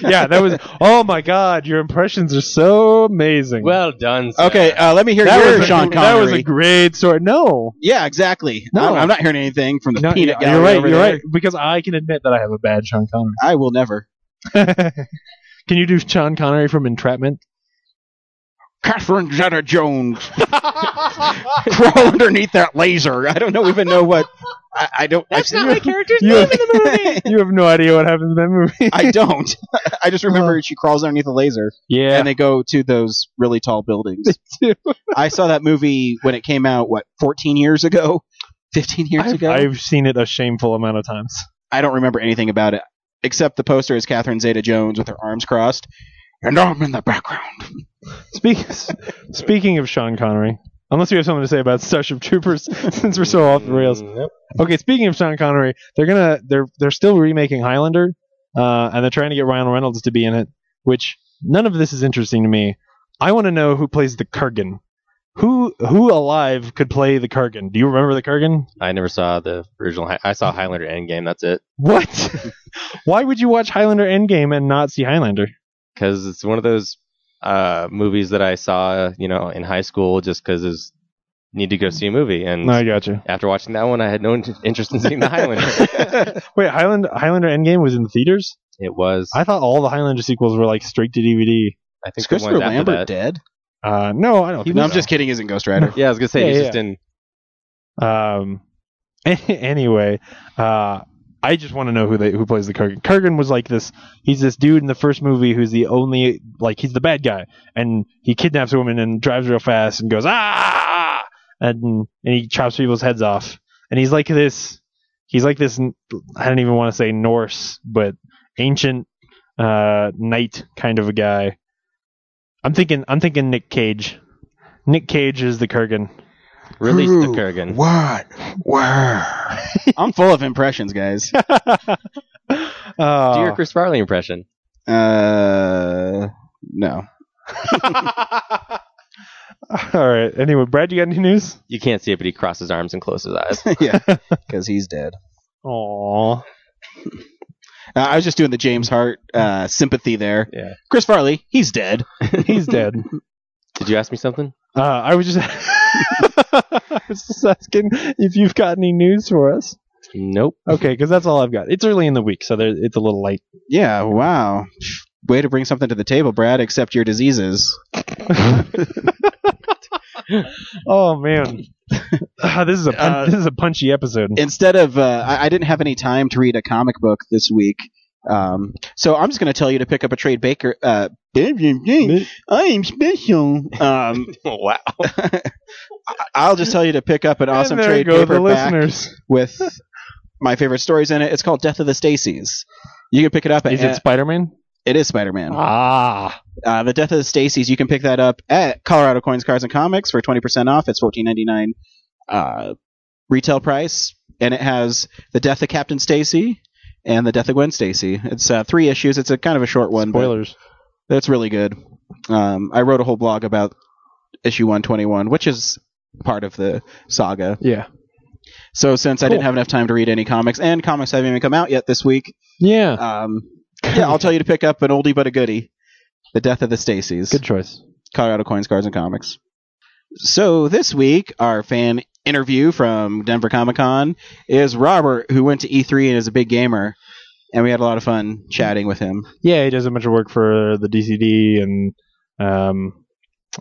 yeah, that was. Oh my God, your impressions are so amazing.
Well done. Sir.
Okay, uh, let me hear
that
your
was a-
Sean Connery.
That was a great story. No,
yeah, exactly.
No.
I'm, I'm not hearing anything from the
no
peanut guy.
you're right.
over
You're
there.
right. Because I can admit that I have a bad Sean Connery.
I will never.
can you do Sean Connery from Entrapment?
Catherine Zeta Jones. Crawl underneath that laser. I don't know even know what. I, I don't. That's I, not my character's
You have, you have no idea what happens in that movie.
I don't. I just remember she crawls underneath a laser,
yeah,
and they go to those really tall buildings.
do.
I saw that movie when it came out. What, 14 years ago? 15 years
I've,
ago?
I've seen it a shameful amount of times.
I don't remember anything about it except the poster is Catherine Zeta-Jones with her arms crossed, and I'm in the background.
Speak, speaking of Sean Connery, unless you have something to say about Starship Troopers, since we're so off the rails. Okay, speaking of Sean Connery, they're gonna they're they're still remaking Highlander, uh, and they're trying to get Ryan Reynolds to be in it. Which none of this is interesting to me. I want to know who plays the Kurgan. Who who alive could play the Kurgan? Do you remember the Kurgan?
I never saw the original. Hi- I saw Highlander Endgame. That's it.
What? Why would you watch Highlander Endgame and not see Highlander?
because it's one of those uh, movies that I saw, you know, in high school just because it's need to go see a movie. And
No, I gotcha.
after watching that one, I had no in- interest in seeing The Highlander.
Wait, Highland Highlander Endgame was in theaters?
it was, I,
I thought all the Highlander sequels were like straight to DVD.
think,
Is
the
Christopher
ones after
Lambert
that.
dead?
Uh, no, I don't. think
No, I'm
so.
just kidding. Isn't Ghost Rider?
Yeah, I was gonna say
Yeah,
he's
yeah.
just in.
Um. anyway, uh, I just want to know who they who plays the Kurgan. Kurgan was like this. He's this dude in the first movie who's the only like he's the bad guy, and he kidnaps a woman and drives real fast and goes ah, and and he chops people's heads off. And he's like this. He's like this. n- I don't even want to say Norse, but ancient uh, knight kind of a guy. I'm thinking. I'm thinking Nick Cage. Nick Cage is the Kurgan.
Release
Who?
the Kurgan.
What? Where? I'm full of impressions, guys.
Uh,
Do your Chris Farley impression.
Uh, no.
All right. Anyway, Brad, you got any news?
You can't see it, but he crosses arms and closes eyes.
yeah, because he's dead.
Aww.
Uh, I was just doing the James Hart uh, sympathy there.
Yeah.
Chris Farley, he's dead.
He's dead.
Did you ask me something?
Uh, I was just I was just asking if you've got any news for us.
Nope.
Okay, because that's all I've got. It's early in the week, so there, it's a little light.
Yeah. Wow. Way to bring something to the table, Brad. Except your diseases.
Oh man, Ah, this is a pun- this is a punchy episode.
Uh, instead of uh, I, I didn't have any time to read a comic book this week. Um, so I'm just going to tell you to pick up a trade Baker. Uh, I am special. Um,
wow.
I'll just tell you to pick up an awesome
and there
trade
you go, the
paperback
listeners.
with my favorite stories in it. It's called Death of the Stacies. You can pick it up. At,
Is it Spider Man?
it is Spider-Man.
Ah,
Uh, the Death of the Stacies. You can pick that up at Colorado Coins, Cards, and Comics for twenty percent off. It's fourteen ninety nine uh, retail price, and it has the death of Captain Stacy and the death of Gwen Stacy. It's uh, three issues. It's a kind of a short one. but
Spoilers.
That's really good. Um, I wrote a whole blog about issue 121, which is part of the saga.
Yeah.
So since I
Cool.
didn't have enough time to read any comics, and comics haven't even come out yet this week,
Yeah.
um, yeah, I'll tell you to pick up an oldie but a goodie, The Death of the Stacys.
Good choice.
Colorado Coins, Cards, and Comics. So this week, our fan interview from Denver Comic Con is Robert, who went to E3 and is a big gamer, and we had a lot of fun chatting with him.
Yeah, he does a bunch of work for the DCD and um,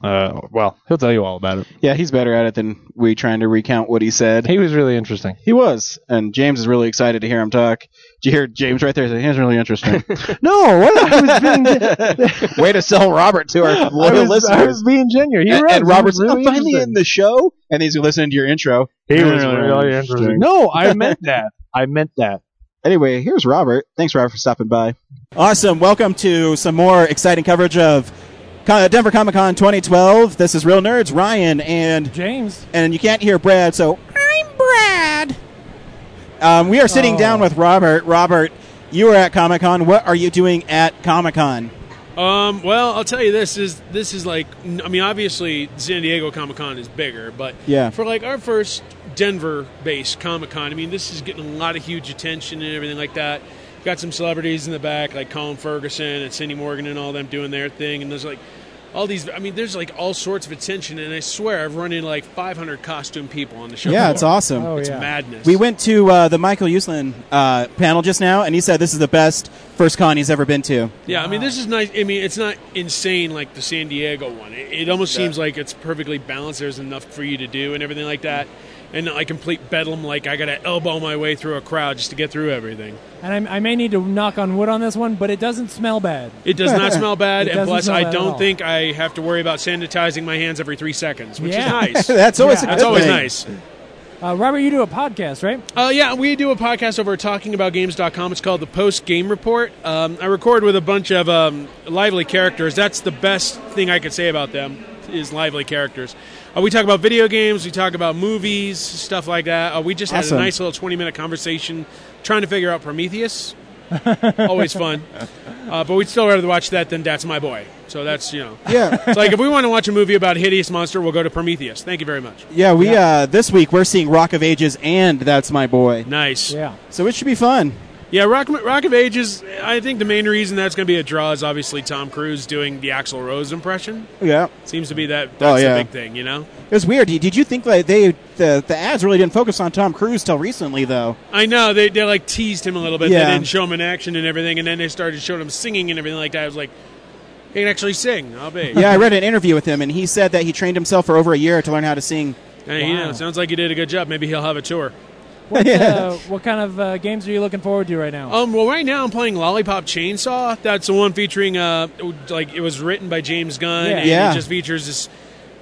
uh, well, he'll tell you all about it.
Yeah, he's better at it than we trying to recount what he said.
He was really interesting.
He was, and James is really excited to hear him talk. Did you hear James right there? Say, He's really interesting.
No, what? I was being,
Way to sell Robert to our
I
loyal
was, I
listeners.
was being genuine. He
and,
was,
and Robert's
he was really
"I'm finally in
interesting.
the show, and he's listening to your intro.
He was really interesting. No, I meant that. I meant that.
Anyway, here's Robert. Thanks, Robert, for stopping by.
Awesome. Welcome to some more exciting coverage of Co- Denver Comic Con 2012. This is Real Nerds, Ryan, and
James.
and you can't hear Brad, so I'm Brad. Um, we are sitting
Oh.
down with Robert. Robert, you were at Comic Con. What are you doing at Comic Con?
Um, well, I'll tell you this is this is like n- I mean obviously San Diego Comic Con is bigger, but
Yeah.
for like our first Denver-based Comic Con, I mean this is getting a lot of huge attention and everything like that. Got some celebrities in the back like Colin Ferguson and Cindy Morgan and all them doing their thing, and there's like all these. I mean there's like all sorts of attention, and I swear I've run into like 500 costume people on the show.
Yeah,
floor.
it's awesome.
Oh,
It's
yeah.
madness.
We went to uh, the Michael Uslan uh, panel just now, and he said this is the best first con he's ever been to.
Yeah, I mean, this is nice. I mean, it's not insane like the San Diego one. It, it almost seems like it's perfectly balanced. There's enough for you to do and everything like that. And not like complete bedlam, like I got to elbow my way through a crowd just to get through everything.
And I, I may need to knock on wood on this one, but it doesn't smell bad.
It does not smell bad,
It
and
doesn't
plus,
smell bad
I
at all.
don't think I have to worry about sanitizing my hands every three seconds, which
Yeah.
is nice.
That's always a
That's
good
always
thing.
nice.
Uh, Robert, you do a podcast, right?
Uh, yeah, we do a podcast over at talkingaboutgames.com. It's called the Post Game Report. Um, I record with a bunch of um, lively characters. That's the best thing I could say about them is lively characters. Uh, we talk about video games. We talk about movies, stuff like that. Uh, we just had
Awesome.
a nice little twenty-minute conversation trying to figure out Prometheus. Always fun, uh, but we'd still rather watch that than That's My Boy. So that's you know,
Yeah,
it's like if we want to watch a movie about a hideous monster, we'll go to Prometheus. Thank you very much.
yeah. We Uh, this week we're seeing Rock of Ages, and that's my boy.
Nice.
Yeah.
So it should be fun.
Yeah, Rock, Rock of Ages. I think the main reason that's going to be a draw is obviously Tom Cruise doing the Axl Rose impression.
Yeah.
Seems to be that.
Oh,
That's
yeah.
the big thing, you know.
It was weird. Did did you think like they the the ads really didn't focus on Tom Cruise till recently though?
I know they they like teased him a little bit.
Yeah.
They didn't show him in action and everything, and then they started showing him singing and everything like that. I was like, he can actually sing. I'll be.
Yeah, I read an interview with him, and he said that he trained himself for over a year to learn how to sing.
Hey, you know, sounds like he did a good job. Maybe he'll have a tour.
What,
Yeah.
uh, what kind of uh, games are you looking forward to right now?
Um, well, right now I'm playing Lollipop Chainsaw. That's the one featuring, uh, like it was written by James Gunn,
Yeah.
and
Yeah.
it just features this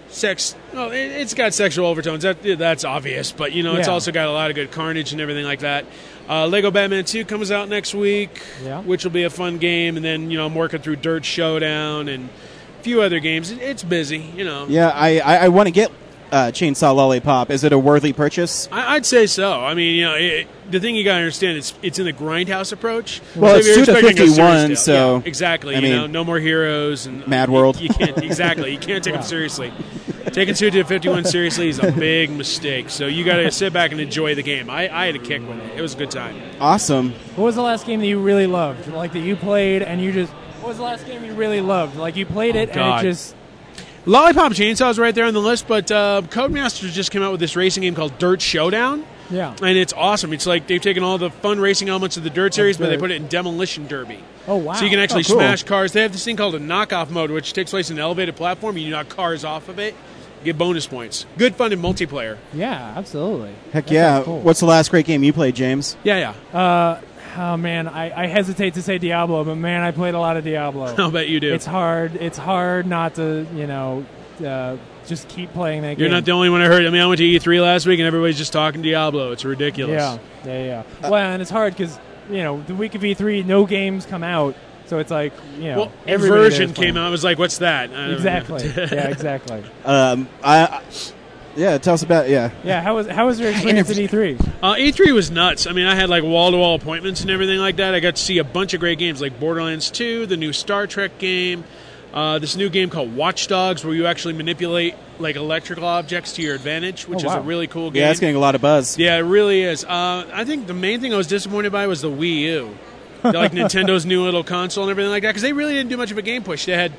sex. Well, it, it's got sexual overtones. That that's obvious, but you know, it's
Yeah.
also got a lot of good carnage and everything like that. Uh, Lego Batman Two comes out next week,
Yeah.
which will be a fun game, and then you know I'm working through Dirt Showdown and a few other games. It, it's busy, you know.
Yeah, I I, I want to get uh, Chainsaw Lollipop. Is it a worthy purchase?
I- I'd say so. I mean, you know, it, the thing you gotta understand is it's in the grindhouse approach.
Well,
So
it's
if you're
two to
expecting a
51,
serious
so,
deal- yeah, exactly.
I
you know,
mean,
no more heroes and
Mad
you-
World.
You, can't exactly. You can't take them seriously. Taking two to fifty-one seriously is a big mistake. So you gotta sit back and enjoy the game. I, I had a kick with it. It was a good time.
Awesome.
What was the last game that you really loved? Like that you played and you just. What was the last game you really loved? Like you played it
Oh, God.
and it just.
Lollipop Chainsaw is right there on the list, but uh, Codemasters just came out with this racing game called Dirt Showdown.
Yeah.
And it's awesome. It's like they've taken all the fun racing elements of the Dirt series, but they
dirt.
put it in Demolition Derby.
Oh, wow.
So you can actually
Oh, cool.
smash cars. They have this thing called a knockoff mode, which takes place in an elevated platform. You knock cars off of it, you get bonus points. Good fun in multiplayer.
Yeah, absolutely.
Heck
That
yeah!
sounds cool.
What's the last great game you played, James?
Yeah, yeah.
Uh, oh, man. I, I hesitate to say Diablo, but man, I played a lot of Diablo.
I'll bet you do.
It's hard. It's hard not to, you know, uh, just keep playing that
You're
game.
not the only one I heard. I mean, I went to E3 last week, and everybody's just talking Diablo. It's ridiculous.
Yeah, yeah, yeah. well, and it's hard because you know the week of E3, no games come out, so it's like you know.
Well,
everybody
Inversion
there's playing.
came out. I was like, what's that? I don't know.
Exactly. yeah, exactly.
Um, I Yeah, tell us about yeah.
Yeah, how was how was your experience E at E3?
Uh, E3 was nuts. I mean, I had like wall to wall appointments and everything like that. I got to see a bunch of great games like Borderlands 2, the new Star Trek game, uh, this new game called Watch Dogs, where you actually manipulate like electrical objects to your advantage, which
Oh, wow.
is a really cool game.
Yeah, it's getting a lot of buzz.
Yeah, it really is. Uh, I think the main thing I was disappointed by was the Wii U, The, like Nintendo's new little console and everything like that, because they really didn't do much of a game push. They had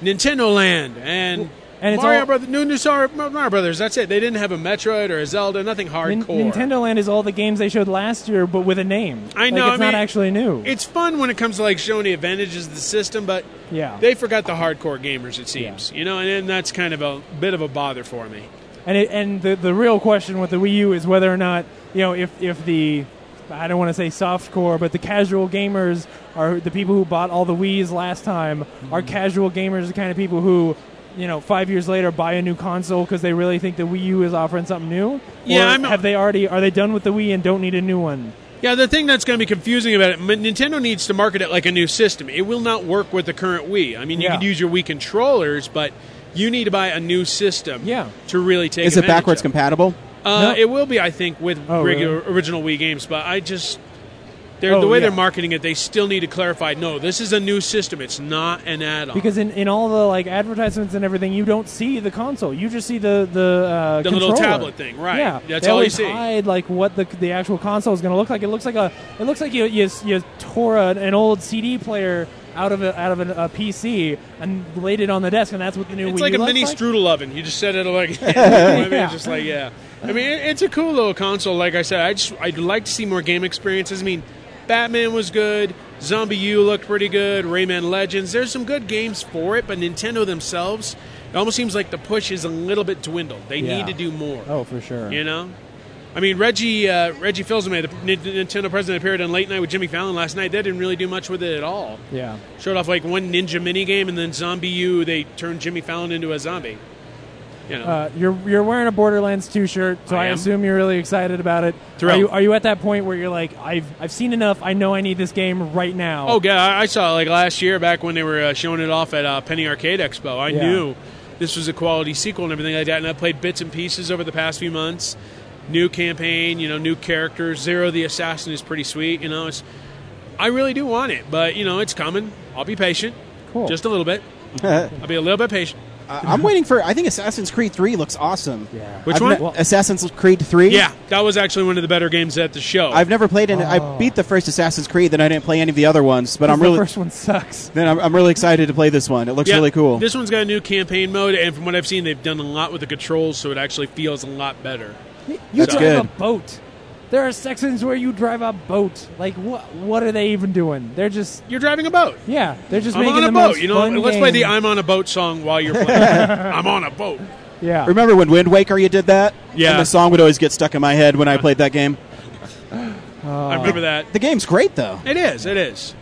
Nintendo Land and.
and it's
Mario
all-
Brothers, no, no, sorry, Mario Brothers. That's it. They didn't have a Metroid or a Zelda, nothing
Nin-
hardcore.
Nintendo Land is all the games they showed last year, but with a name.
I
Like,
know,
it's
I
not
mean-
actually new.
It's fun when it comes to like showing the advantages of the system, but
Yeah.
they forgot the hardcore gamers. It seems, you know, and, and that's kind of a bit of a bother for me.
And it, and the the real question with the Wii U is whether or not you know if if the I don't want to say softcore, but the casual gamers are the people who bought all the Wii's last time.
Mm-hmm.
Are casual gamers the kind of people who, you know, five years later buy a new console because they really think the Wii U is offering something new?
Yeah,
or
I'm-
have they already are they done with the Wii and don't need a new one?
Yeah, the thing that's going to be confusing about it, M- Nintendo needs to market it like a new system. It will not work with the current Wii. I mean, you
Yeah.
could use your Wii controllers, but you need to buy a new system. Yeah. to really take.
Is it
advantage
backwards
of
compatible?
Uh, It will be, I think, with
Oh,
regular
really?
original Wii games, but I just. They're,
Oh,
the way
yeah.
they're marketing it, they still need to clarify. No, this is a new system. It's not an add-on.
Because in, in all the like advertisements and everything, you don't see the console. You just see the the uh,
The little
controller.
tablet thing, right.
Yeah,
That's
they
all you
always
see.
Hide like what the the actual console is going to look like. It looks like a it looks like you you, you tore an, an old CD player out of a, out of an, a PC and laid it on the desk, and that's what the new
It's
Wii
like
U
a
looks
mini
like.
strudel oven. You just set it like, I mean,
Yeah.
it's just like yeah. I mean, it- it's a cool little console. Like I said, I just I'd like to see more game experiences. I mean, Batman was good. Zombie U looked pretty good. Rayman Legends. There's some good games for it, but Nintendo themselves, it almost seems like the push is a little bit dwindled. They
Yeah.
need to do more.
Oh, for sure.
You know, I mean Reggie uh, Reggie Fils-Aimé, the N- Nintendo president, appeared on Late Night with Jimmy Fallon last night. They didn't really do much with it at all.
Yeah.
Showed off like one ninja mini game, and then Zombie U. They turned Jimmy Fallon into a zombie. You know,
Uh, you're you're wearing a Borderlands 2 shirt, so
I
I,
am.
assume you're really excited about it.
Thrilled.
Are you are you at that point where you're like, I've I've seen enough. I know I need this game right now.
oh god, I I saw it like last year back when they were uh, showing it off at uh, Penny Arcade Expo. I
Yeah.
knew this was a quality sequel and everything like that, and I played bits and pieces over the past few months. New campaign, you know, new characters. Zero the Assassin is pretty sweet. You know, it's I really do want it, but you know, it's coming. I'll be patient.
Cool.
Just a little bit. I'll be a little bit patient.
I'm waiting for. I think Assassin's Creed Three looks awesome. Yeah.
Which one?
Assassin's Creed Three.
Yeah, that was actually one of the better games at the show.
I've never played it. I beat the first Assassin's Creed, then I didn't play any of the other ones. But I'm
Oh. the
really
first one sucks.
then I'm, I'm really excited to play this one. It looks
Yeah,
really cool.
This one's got a new campaign mode, and from what I've seen, they've done a lot with the controls, so it actually feels a lot better.
You
That's
drive
good.
a boat. There are sections where you drive a boat. Like what? What are they even doing? They're just
you're driving a boat.
Yeah, they're just
I'm
making
on
the
a boat.
most
You know,
fun
let's play the
game.
"I'm on a boat" song while you're playing. I'm on a boat.
Yeah.
Remember when Wind Waker you did that?
Yeah.
And the song would always get stuck in my head when I played that game.
I remember that.
The game's great though.
It is. It is.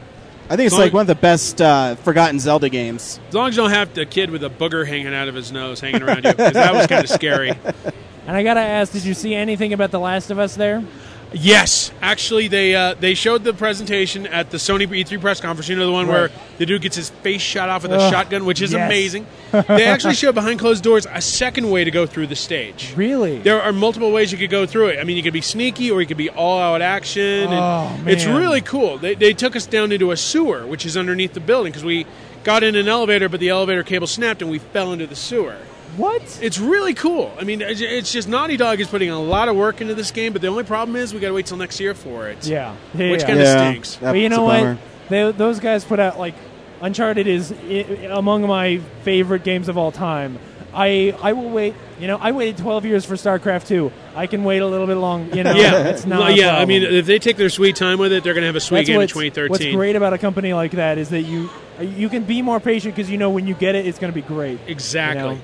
I think it's
Song-
like one of the best uh, forgotten Zelda games.
As long as you don't have the kid with a booger hanging out of his nose hanging around you, 'cause that was kind of scary.
And I gotta ask, did you see anything about The Last of Us there?
Yes, actually, they uh, they showed the presentation at the Sony E3 press conference. You know the one
Right.
where the dude gets his face shot off with a
Ugh,
shotgun, which is
yes.
amazing. They actually showed behind closed doors a second way to go through the stage.
Really?
There are multiple ways you could go through it. I mean, you could be sneaky, or you could be all out action. and
Oh,
It's
man.
really cool. They they took us down into a sewer, which is underneath the building, because we got in an elevator, but the elevator cable snapped and we fell into the sewer.
What?
It's really cool. I mean, it's- it's just Naughty Dog is putting a lot of work into this game, but the only problem is we got to wait till next year for it.
Yeah.
which
Yeah.
kind of
Yeah.
stinks.
But you know what? They, those guys put out like Uncharted is i among my favorite games of all time. I I will wait. You know, I waited 12 years for StarCraft 2. I can wait a little bit long. You know,
yeah,
it's not.
Well,
a
yeah. I
problem.
mean, if they take their sweet time with it, they're going to have a sweet game in 2013.
What's great about a company like that is that you you can be more patient because you know when you get it, it's going to be great.
Exactly.
You know?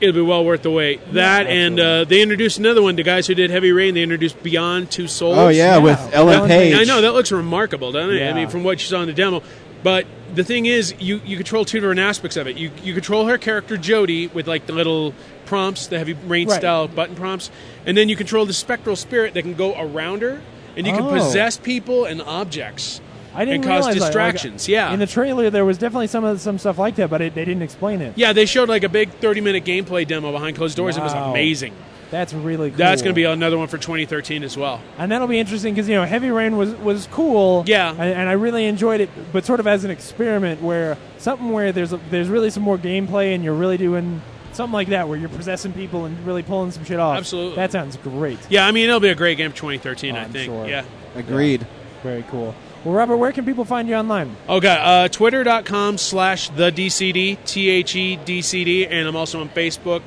It'll be well worth the wait. that and uh, they introduced another one. The guys who did Heavy Rain, they introduced Beyond Two Souls.
Oh, yeah, Yeah. with Ellen
That-
Page.
I know that looks remarkable, doesn't it? I
Yeah.
mean, from what you saw in the demo. But the thing is, you, you control two different aspects of it. You you control her character Jody with like the little prompts, the Heavy Rain
Right.
style button prompts, and then you control the spectral spirit that can go around her, and you can
Oh.
possess people and objects.
I didn't
and cause
realize that. Like,
distractions. yeah.
In the trailer, there was definitely some of some stuff like that, but it, they didn't explain it.
yeah, they showed like a big 30 minute gameplay demo behind closed doors. It was
Wow.
amazing.
That's really cool.
That's going to be another one for 2013 as well.
And that'll be interesting because you know Heavy Rain was was cool.
Yeah,
and, and I really enjoyed it, but sort of as an experiment where something where there's a, there's really some more gameplay and you're really doing something like that where you're possessing people and really pulling some shit off.
Absolutely.
that sounds great.
Yeah, I mean, it'll be a great game for 2013, I think. Yeah.
Agreed.
Very cool. Well, Robert, where can people find you online?
Oh, God. Uh, Twitter.com slash the DCD, T H E D C D. And I'm also on Facebook.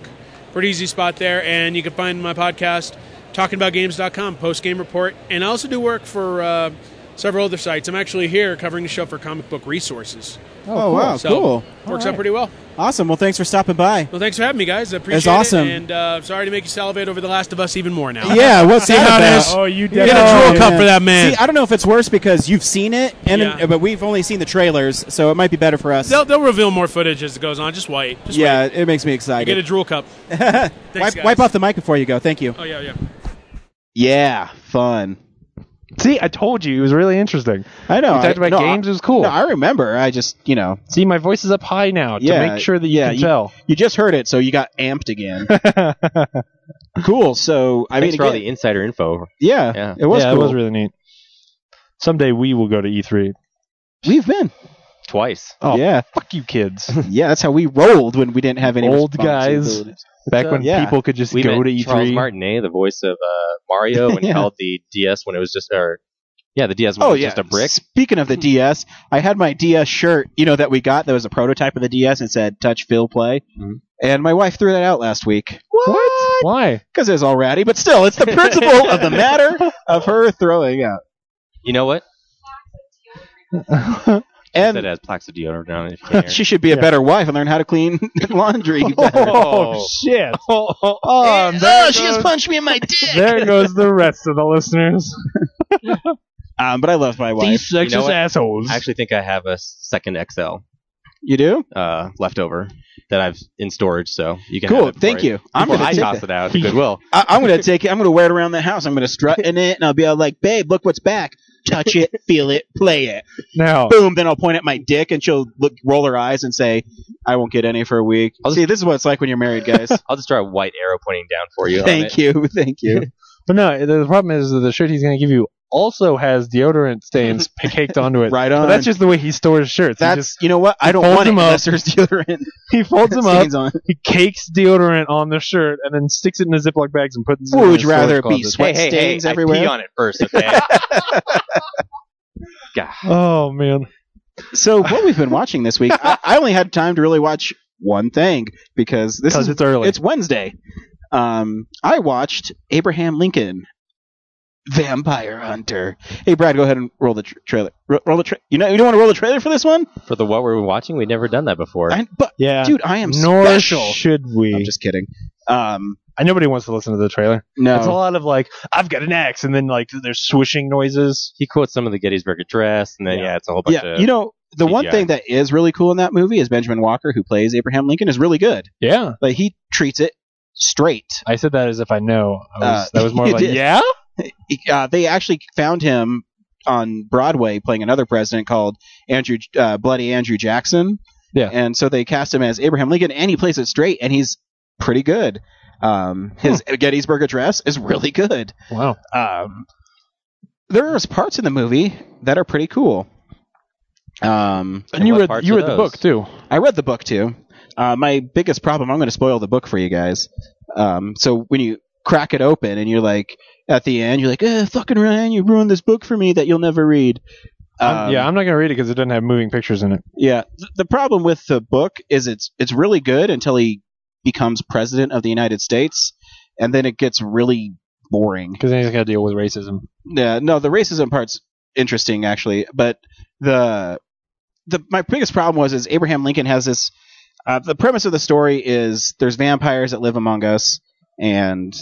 Pretty easy spot there. And you can find my podcast, talkingaboutgames.com, post game report. And I also do work for uh, several other sites. I'm actually here covering the show for comic book resources.
Oh, wow,
So,
cool.
Works out pretty well.
Awesome. Well, thanks for stopping by.
Well, thanks for having me, guys. I appreciate
awesome.
it. And uh, sorry to make you salivate over The Last of Us even more now.
Yeah, what's
See
that
how it
about? Oh,
is. Get a Jewel Cup for that man.
See, I don't know if it's worse because you've seen it, and but we've only seen the trailers, so it might be better for us.
They'll, they'll reveal more footage as it goes on. Just wait. Just
yeah, it makes me
wait. You get a
excited.
drool cup. Thanks,
Wipe,
guys.
wipe off the mic before you go. Thank you.
Oh yeah, yeah.
Yeah, fun.
See, I told you it was really interesting.
I know.
We talked
I-
about
no,
games.
I-
it was cool.
no, I remember. I just you know.
See, my voice is up high now
yeah,
to make sure that you
yeah,
can tell.
You just heard it, so you got amped again. cool. So I
Thanks
mean,
for all
again-
the insider info.
yeah,
Yeah.
it was
yeah,
cool.
it was really neat. Someday we will go to E3.
We've been.
Twice.
Oh,
yeah,
fuck you kids.
yeah. That's how we rolled when we didn't have any
Old guys.
responsibilities.
Back
So,
when
yeah.
people could just
we
go
met
to E E3.
Charles Martinet, the voice of uh, Mario, and
Yeah.
held the DS when it was just, or yeah, the DS when it
Oh
was
yeah.
just a brick.
Speaking of the DS, I had my DS shirt, you know, that we got that was a prototype of the DS and said "Touch, Feel, Play,"
Mm-hmm.
and my wife threw that out last week. What?
Why?
Because it was all ratty, but still, it's the principle of the matter of her throwing out.
You know what?
And
that has plaques of deodorant on it. if you can't hear.
she should be a better wife and learn how to clean laundry.
Oh, shit.
Oh, oh,
oh, and there
she
goes-
just punched me in my dick.
There goes the rest of the listeners.
Um, but I love my wife.
These sexist
You know what?
assholes.
I actually think I have a second XL
You do?
uh, left over that I've in storage, so you can.
Cool,
have it
thank
for
you. I'm
Well,
gonna
I
take
toss
that.
it out to Goodwill.
I, I'm gonna take it. I'm gonna wear it around the house. I'm gonna strut in it, and I'll be all like, "Babe, look what's back! Touch it, feel it, play it."
Now,
Boom! Then I'll point at my dick, and she'll look, roll her eyes, and say, "I won't get any for a week." See, this is what it's like when you're married, guys.
I'll just draw a white arrow pointing down for you. on it.
thank you, thank you.
but no, the problem is that the shirt he's going to give you also has deodorant stains caked onto it.
Right
But
on.
that's just the way he stores shirts. He
That's
just-
you know what? I don't
folds
want it
them up.
unless there's deodorant.
He folds them up,
stains on. it.
he cakes deodorant on the shirt, and then sticks it in the Ziploc bags and puts it.
Would
in
you
his storage
rather it be
closet.
sweat
Hey, hey, hey!
stains
I
everywhere?
pee on it first, okay? God.
Oh man,
So what we've been watching this week, I, I only had time to really watch one thing because this
'Cause
is
it's early.
It's Wednesday. Um, I watched Abraham Lincoln, Vampire Hunter. Hey, Brad, go ahead and roll the tr trailer. Ro- roll the tra- you know you don't want to roll the trailer for this one,
For the what we're watching, we've never done that before.
I, but
yeah,
dude, I am
Nor
special.
should we?
I'm just kidding. Um,
I nobody wants to listen to the trailer. It's a
no,
lot of like, I've got an axe, and then like there's swishing noises.
he quotes some of the Gettysburg Address, and then
Yeah.
yeah, it's a whole bunch
yeah,
of
you know. The one
CGI.
thing that is really cool in that movie is Benjamin Walker, who plays Abraham Lincoln, is really good.
Yeah,
Like he treats it straight.
I said that as if I know. I was,
Uh,
that was more
you
like,
did.
yeah,
uh, they actually found him on Broadway playing another president called Andrew uh, Bloody Andrew Jackson.
Yeah.
And so they cast him as Abraham Lincoln, and he plays it straight, and he's pretty good. Um, his Gettysburg Address is really good.
Hmm. wow.
Um, there's parts in the movie that are pretty cool. Um,
And you
what
read
parts
you
are
read the
those?
book too.
I read the book too. Uh, my biggest problem, I'm going to spoil the book for you guys. Um, so when you crack it open and you're like, at the end, you're like, eh, fucking Ryan, you ruined this book for me that you'll never read.
I'm-
Um,
yeah, I'm not gonna read it because it doesn't have moving pictures in it.
yeah. Th- The problem with the book is it's it's really good until he becomes president of the United States, and then it gets really boring.
Because then he's gotta deal with racism.
Yeah, no, the racism part's interesting actually, but the the my biggest problem was is Abraham Lincoln has this. Uh, the premise of the story is there's vampires that live among us, and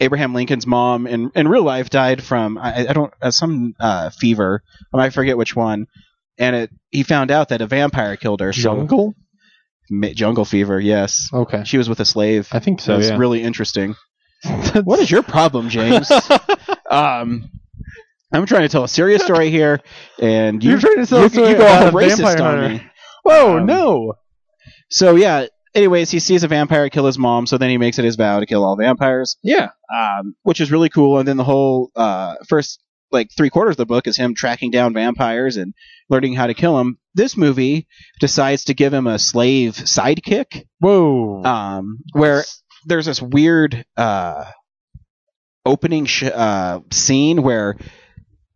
Abraham Lincoln's mom in in real life died from I, I don't uh, some uh, fever, I forget which one, and it he found out that a vampire killed her. so-
Jungle?
Ma- jungle fever, yes.
Okay,
She was with a slave.
I think so.
That's
yeah.
really interesting. what is your problem, James? um, I'm trying to tell a serious story here, and you,
You're trying to tell a
you,
story
you go
about
all
a
racist
vampire
on
hunter.
me. Whoa, no. So yeah. Anyways, he sees a vampire kill his mom, so then he makes it his vow to kill all vampires.
Yeah.
Um, which is really cool. And then the whole uh, first like three quarters of the book is him tracking down vampires and learning how to kill them. This movie decides to give him a slave sidekick.
Whoa.
Um, where there's this weird uh, opening sh- uh, scene where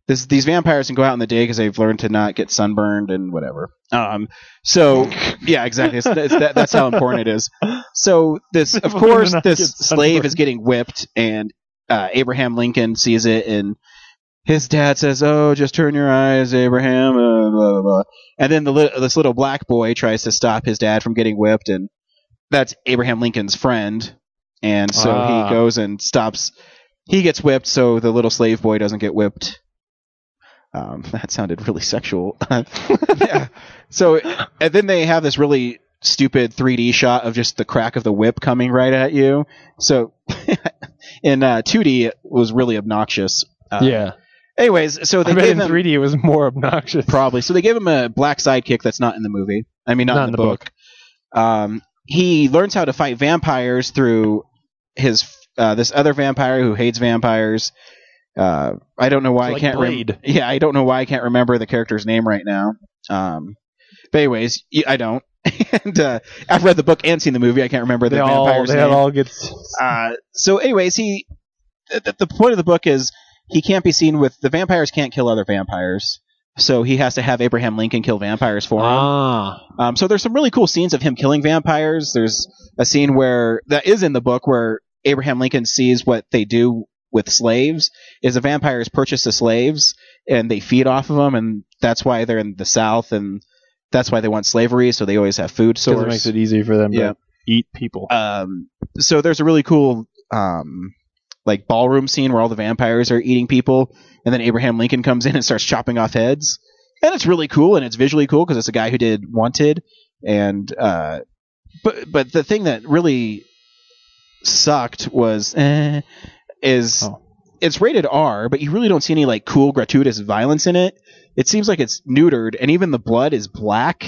this, these vampires can go out in the day because they've learned to not get sunburned and whatever. Um, so yeah, exactly. It's, it's that, that's how important it is. So this, of
They've learned
course,
to not
this
get
slave is getting whipped, and uh, Abraham Lincoln sees it, and his dad says, "Oh, just turn your eyes, Abraham." Uh, blah blah blah. And then the li- this little black boy tries to stop his dad from getting whipped, and that's Abraham Lincoln's friend, and so
Ah.
he goes and stops. He gets whipped, so the little slave boy doesn't get whipped. Um, that sounded really sexual. yeah. So, and then they have this really stupid 3D shot of just the crack of the whip coming right at you. So, in uh, 2D, it was really obnoxious. Uh,
yeah.
Anyways, so they
I bet
gave
in
him
3D it was more obnoxious.
Probably. So they gave him a black sidekick that's not in the movie. I mean, not, in the, book. Um, he learns how to fight vampires through his uh, this other vampire who hates vampires. Uh, I don't know why
It's
I
like
can't.
Blade.
yeah, I don't know why I can't remember the character's name right now. Um, but anyways, y- I don't. and uh, I've read the book and seen the movie. I can't remember the
They all-
vampire's
they
name.
all get
Uh, so, anyways, he th- th- the point of the book is he can't be seen with the vampires can't kill other vampires, so he has to have Abraham Lincoln kill vampires for him.
Ah.
Um, so there's some really cool scenes of him killing vampires. There's a scene where that is in the book where Abraham Lincoln sees what they do with slaves is the vampires purchase the slaves and they feed off of them and that's why they're in the south and that's why they want slavery so they always have food
Because
source
it makes it easy for them
Yeah.
to eat people.
um, so there's a really cool um, like ballroom scene where all the vampires are eating people, and then Abraham Lincoln comes in and starts chopping off heads, and it's really cool and it's visually cool because it's a guy who did Wanted, and uh, but but the thing that really sucked was eh, is
Oh.
it's rated R, but you really don't see any like cool gratuitous violence in it. It seems like it's neutered, and even the blood is black,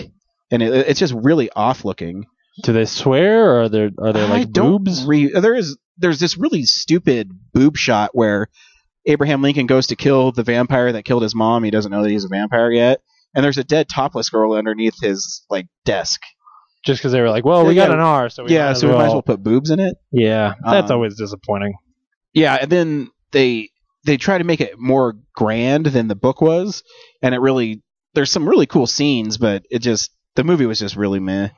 and it, it's just really off looking.
Do they swear, or are there are there
I
like
don't
boobs?
Re- there is there's this really stupid boob shot where Abraham Lincoln goes to kill the vampire that killed his mom. He doesn't know that he's a vampire yet, and there's a dead topless girl underneath his like desk.
Just because they were like, well, we got an R, so we
yeah,
might as
so we might as
well.
well put boobs in it.
Yeah, that's
Um,
always disappointing.
Yeah, and then they they try to make it more grand than the book was, and it really there's some really cool scenes, but it just the movie was just really meh.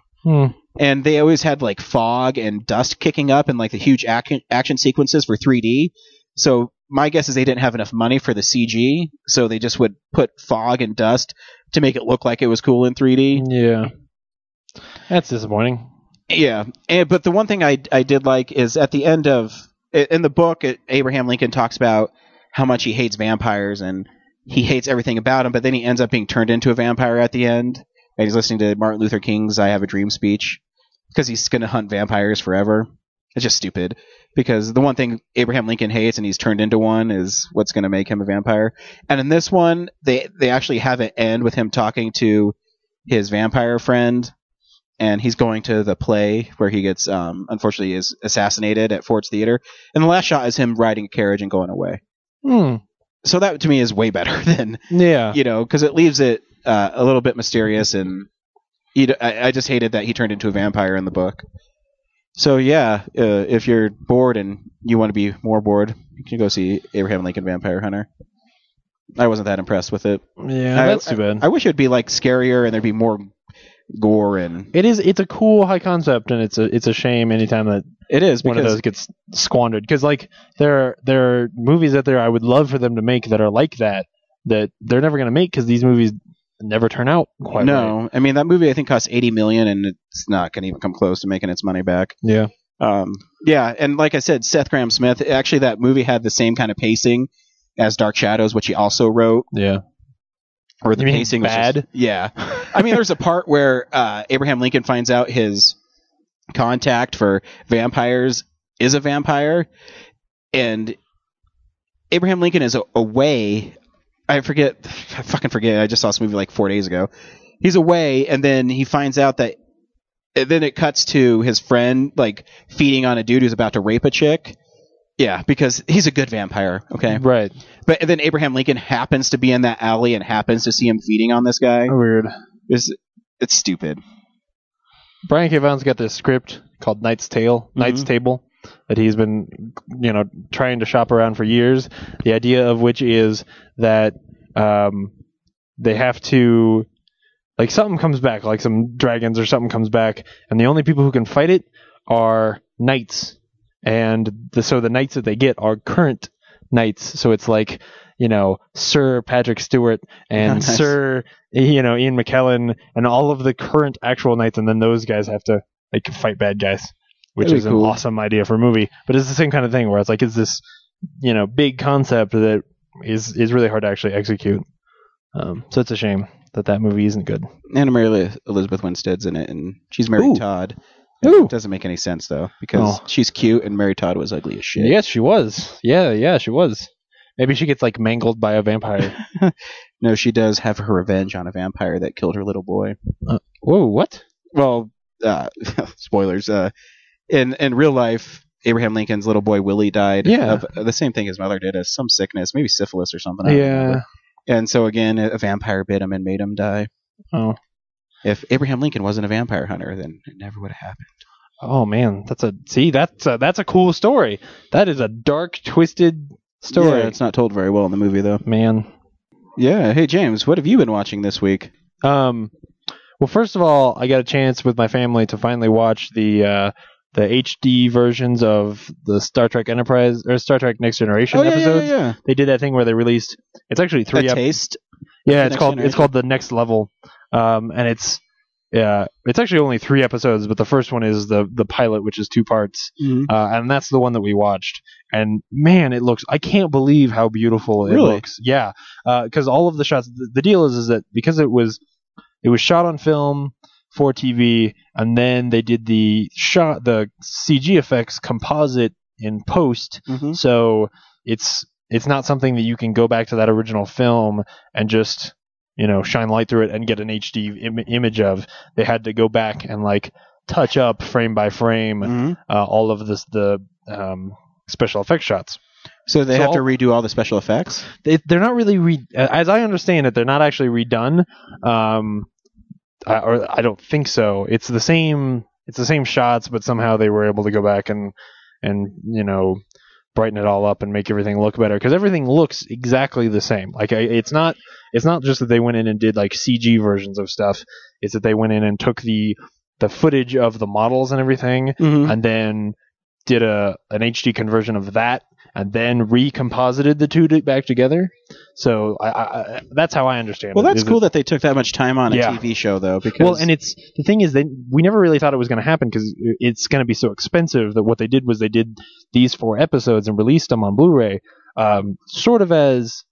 and they always had like fog and dust kicking up and like the huge action action sequences for 3D. So my guess is they didn't have enough money for the CG, so they just would put fog and dust to make it look like it was cool in 3D.
Yeah, that's disappointing.
Yeah, and, but the one thing I I did like is at the end of i- in the book it, Abraham Lincoln talks about how much he hates vampires and he hates everything about him, but then he ends up being turned into a vampire at the end, and he's listening to Martin Luther King's "I Have a Dream" speech because he's going to hunt vampires forever. It's just stupid because the one thing Abraham Lincoln hates and he's turned into one is what's going to make him a vampire. And in this one, they they actually have it end with him talking to his vampire friend and he's going to the play where he gets um, unfortunately is assassinated at Ford's Theater. And the last shot is him riding a carriage and going away.
Hmm.
So that to me is way better than
Yeah.
you know because it leaves it uh, a little bit mysterious and you d- I, I just hated that he turned into a vampire in the book. So yeah, uh, if you're bored and you want to be more bored, you can go see Abraham Lincoln Vampire Hunter. I wasn't that impressed with it.
Yeah,
I-
that's too bad.
I wish it'd be like scarier and there'd be more gore and
It is. It's a cool high concept, and it's a it's a shame anytime that
it is
one of
because-
those gets squandered. Because like there are, there are movies out there I would love for them to make that are like that that they're never going to make because these movies never turn out quite
no, I mean that movie I think cost eighty million, and it's not going to even come close to making its money back.
Yeah.
Um, yeah, and like I said, Seth Graham Smith. Actually, that movie had the same kind of pacing as Dark Shadows, which he also wrote.
Yeah.
Or the
You mean
pacing was
bad?
just- yeah. I mean, there's a part where uh, Abraham Lincoln finds out his contact for vampires is a vampire, and Abraham Lincoln is a- away I forget. I fucking forget. I just saw this movie like four days ago. He's away, and then he finds out that. and then it cuts to his friend like feeding on a dude who's about to rape a chick. Yeah, because he's a good vampire. Okay,
right.
But and then Abraham Lincoln happens to be in that alley and happens to see him feeding on this guy.
Weird.
It's it's stupid.
Brian K. Vaughan's got this script called Knight's Tale, Knight's Table, that he's been, you know, trying to shop around for years. The idea of which is that um, they have to, like, something comes back, like some dragons or something comes back, and the only people who can fight it are knights, and the, so the knights that they get are current knights. So it's like, you know, Sir Patrick Stewart and
Nice.
Sir Sir, you know, Ian McKellen and all of the current actual knights, and then those guys have to like fight bad guys, which
That'd be
is
cool.
an awesome idea for a movie. But it's the same kind of thing where it's like it's this, you know, big concept that is is really hard to actually execute. Um, so it's a shame that that movie isn't good.
Anna Mary Li- Elizabeth Winstead's in it, and she's married
Ooh.
Todd. It doesn't make any sense though because
Oh.
she's cute and Mary Todd was ugly as shit.
Yes, she was. Yeah, yeah, she was. Maybe she gets like mangled by a vampire.
No, she does have her revenge on a vampire that killed her little boy.
Uh, whoa, what?
Well, uh, spoilers. Uh, in in real life, Abraham Lincoln's little boy Willie died
Yeah.
of the same thing his mother did, as some sickness, maybe syphilis or something. I don't
yeah.
remember. And so again, a vampire bit him and made him die.
Oh.
If Abraham Lincoln wasn't a vampire hunter, then it never would have happened.
Oh man, that's a see. That's a, that's a cool story. That is a dark, twisted story.
Yeah, it's not told very well in the movie though.
Man.
Yeah. Hey James, what have you been watching this week?
Um, well, first of all, I got a chance with my family to finally watch the uh, the HD versions of the Star Trek Enterprise or Star Trek Next Generation
Oh, yeah, yeah, yeah,
episodes.
yeah.
They did that thing where they released. It's actually three.
A
ep-
taste? The
Yeah, it's
Next
called it's
Generation?
called the Next Level, um, and it's yeah, it's actually only three episodes, but the first one is the the pilot, which is two parts,
Mhm.
uh, and that's the one that we watched. And man, it looks I can't believe how beautiful it
Really?
looks. Yeah, because all of the shots. The, the deal is is that because it was it was shot on film for TV, and then they did the shot the CG effects composite in post.
Mm-hmm.
So it's it's not something that you can go back to that original film and just you know shine light through it and get an HD Im- image of. They had to go back and like touch up frame by frame
Mm-hmm.
uh, all of this the um, special effects shots.
So they
So
have to
all-
redo all the special effects.
They, they're not really re- uh, as I understand it, they're not actually redone. Um, I, or I don't think so. It's the same. It's the same shots, but somehow they were able to go back and and you know brighten it all up and make everything look better because everything looks exactly the same. Like I, it's not it's not just that they went in and did like CG versions of stuff. It's that they went in and took the the footage of the models and everything,
Mm-hmm.
and then did a an HD conversion of that, and then recomposited the two to, back together. So I, I, I- that's how I understand.
Well,
it,
that's
is
cool that they took that much time on a
Yeah.
TV show, though. Because
well, and it's the thing is that we never really thought it was going to happen because it's going to be so expensive that what they did was they did these four episodes and released them on Blu-ray, um, sort of as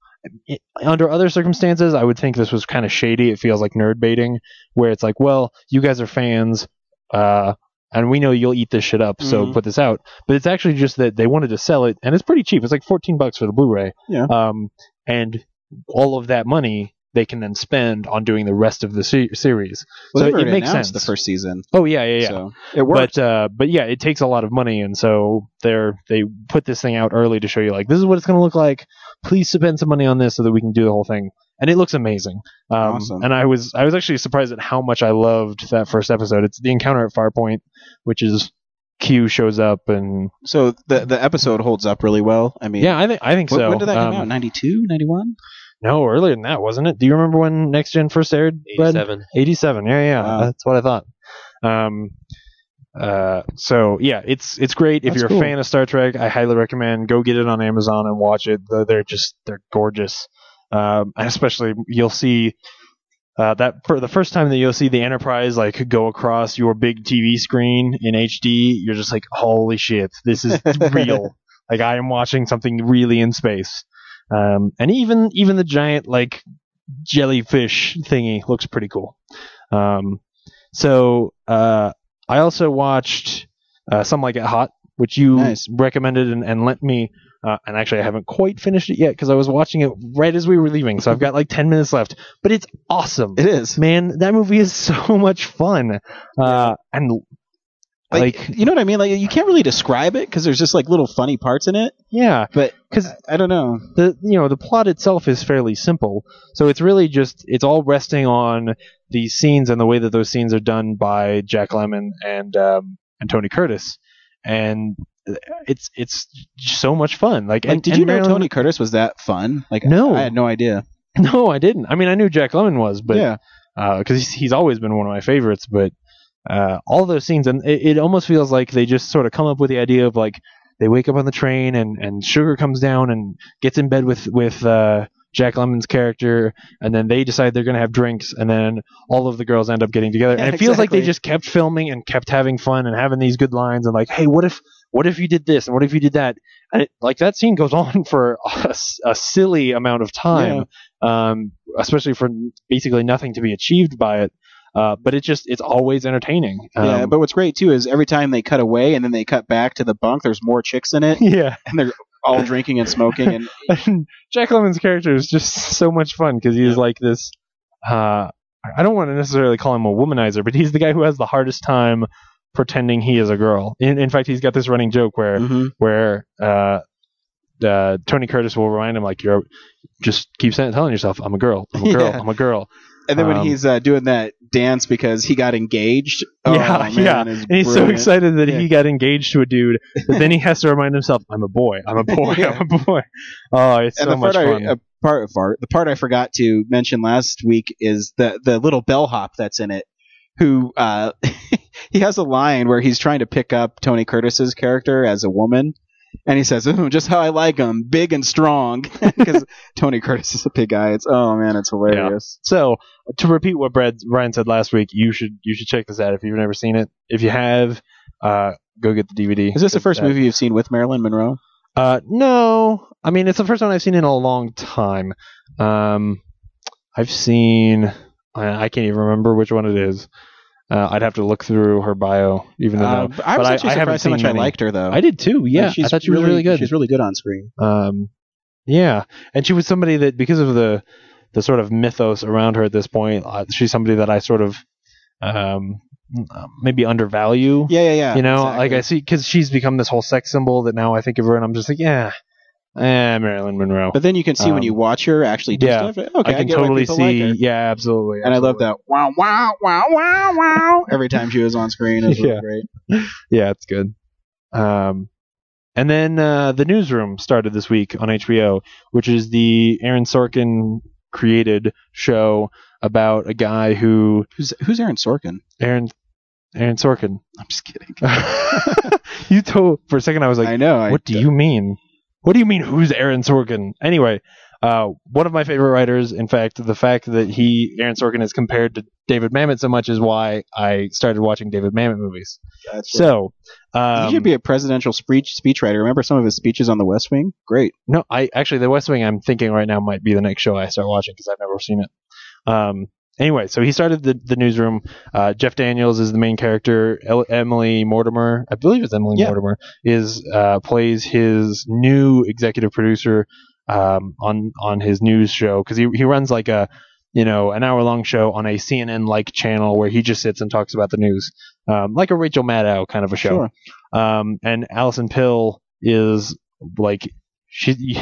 under other circumstances I would think this was kind of shady. It feels like nerd baiting, where it's like, well, you guys are fans, uh, and we know you'll eat this shit up, so
Mhm.
put this out. But it's actually just that they wanted to sell it, and it's pretty cheap. It's like fourteen bucks for the Blu-ray.
Yeah.
Um, and all of that money they can then spend on doing the rest of the se- series.
Well, they
so it
already
makes sense.
announced the first season.
Oh yeah, yeah, yeah.
So, it worked.
But uh, but yeah, it takes a lot of money, and so they're they put this thing out early to show you like this is what it's going to look like. Please spend some money on this so that we can do the whole thing, and it looks amazing. Um,
Awesome.
And I was I was actually surprised at how much I loved that first episode. It's the encounter at Farpoint, which is Q shows up and
So the the episode holds up really well. I mean,
yeah, I think I think
When-
so.
When did that come
Um,
out? 92, 91?
No, earlier than that, wasn't it? Do you remember when Next Gen first aired? Brad?
87.
87. Yeah, yeah. That's what I thought. Um, uh, so yeah, it's it's great. If
That's
you're
cool.
a fan of Star Trek, I highly recommend go get it on Amazon and watch it. They're- They're just they're gorgeous. Um, and especially you'll see uh, that for the first time that you'll see the Enterprise like go across your big TV screen in HD, you're just like, holy shit, this is real. Like I am watching something really in space. Um, and even even the giant like jellyfish thingy looks pretty cool. Um, so uh, I also watched uh, Some Like It Hot, which you recommended and, and lent me Uh, and actually, I haven't quite finished it yet because I was watching it right as we were leaving. So I've got like 10 minutes left. But it's awesome. It is. Man, that movie is so much fun. Uh, and
like, you know what I mean? Like you can't really describe it because there's just like little funny parts in it.
Yeah,
but
because
I don't know
the you know the plot itself is fairly simple, so it's really just it's all resting on the scenes and the way that those scenes are done by Jack Lemmon and um, and Tony Curtis, and it's it's so much fun. Like,
Like,
and,
did
and
you know
Marilyn-
Tony Curtis was that fun? Like,
No.
I, had no idea.
No, I didn't. I mean, I knew Jack Lemmon was, but
Yeah.
because he's, he's always been one of my favorites. But uh, all those scenes, and it, it almost feels like they just sort of come up with the idea of like they wake up on the train, and and Sugar comes down and gets in bed with with uh, Jack Lemmon's character, and then they decide they're gonna have drinks, and then all of the girls end up getting together,
Yeah,
and it feels like they
exactly.
just kept filming and kept having fun and having these good lines and like, hey, what if what if you did this and what if you did that, and it, like that scene goes on for a, s- a silly amount of time
Yeah.
um, especially for basically nothing to be achieved by it. Uh, but it just it's always entertaining. Um,
yeah, but what's great too is every time they cut away and then they cut back to the bunk, there's more chicks in it.
Yeah.
and they're all drinking and smoking and
Jack Lemon's character is just so much fun because he's like this. Uh, I don't want to necessarily call him a womanizer, but he's the guy who has the hardest time pretending he is a girl. In, in fact, he's got this running joke where
Mm-hmm.
where uh, uh, Tony Curtis will remind him like you're just keep saying, telling yourself I'm a girl, I'm a girl,
Yeah.
I'm a girl.
and then when
Um,
he's uh, doing that dance because he got engaged. Oh,
yeah,
man,
yeah.
it's
And he's so
brilliant.
excited that he got engaged to a dude, but then he has to remind himself, "I'm a boy. I'm a boy. I'm a boy." Oh, it's
and
so
the
much
part
fun.
I, uh, part, part the part I forgot to mention last week is the the little bellhop that's in it, who uh, he has a line where he's trying to pick up Tony Curtis's character as a woman, and he says, "Ooh, "Just how I like 'em, big and strong," because Tony Curtis is a big guy. It's oh man, it's hilarious.
So to repeat what Brad Ryan said last week, you should you should check this out if you've never seen it. If you have, uh, go get the DVD.
Is this the
It's,
first
uh,
movie you've seen with Marilyn Monroe?
Uh, no, I mean it's the first one I've seen in a long time. Um, I've seen I, I can't even remember which one it is. Uh, I'd have to look through her bio, even though
Uh, I was actually
but I haven't
surprised how much
seen
I
many.
liked her, though.
I did too. Yeah,
Like, she's
I thought she was really good.
She's really good on screen.
Um, yeah, and she was somebody that because of the the sort of mythos around her at this point, uh, she's somebody that I sort of um, maybe undervalue.
Yeah, yeah, yeah.
You know,
exactly.
like I see because she's become this whole sex symbol that now I think of her, and I'm just like, yeah, eh, Marilyn Monroe.
But then you can see when
Um,
you watch her actually do
yeah,
stuff. Okay,
I can
get why
totally
people
see.
like her.
yeah, absolutely.
And I love that wow, wow, wow, wow, wow every time she was on screen. It was really
Yeah.
great.
yeah, it's good. Um, and then uh, the newsroom started this week on HBO, which is the Aaron Sorkin created show about a guy who
who's who's Aaron Sorkin?
Aaron Aaron Sorkin.
I'm just kidding.
you told for a second I was like, I
know.
what do you mean? What do you mean? Who's Aaron Sorkin? Anyway, uh, one of my favorite writers. In fact, the fact that he Aaron Sorkin is compared to David Mamet so much is why I started watching David Mamet movies. So um,
he should be a presidential speech speechwriter. Remember some of his speeches on The West Wing? Great.
No, I actually the West Wing. I'm thinking right now might be the next show I start watching because I've never seen it. Um, anyway, so he started the the newsroom. Uh, Jeff Daniels is the main character. El- Emily Mortimer, I believe it's Emily Mortimer, is uh, plays his new executive producer um, on on his news show because he he runs like a you know an hour long show on a CNN like channel where he just sits and talks about the news, um, like a Rachel Maddow kind of a show. Um, and Allison Pill is like she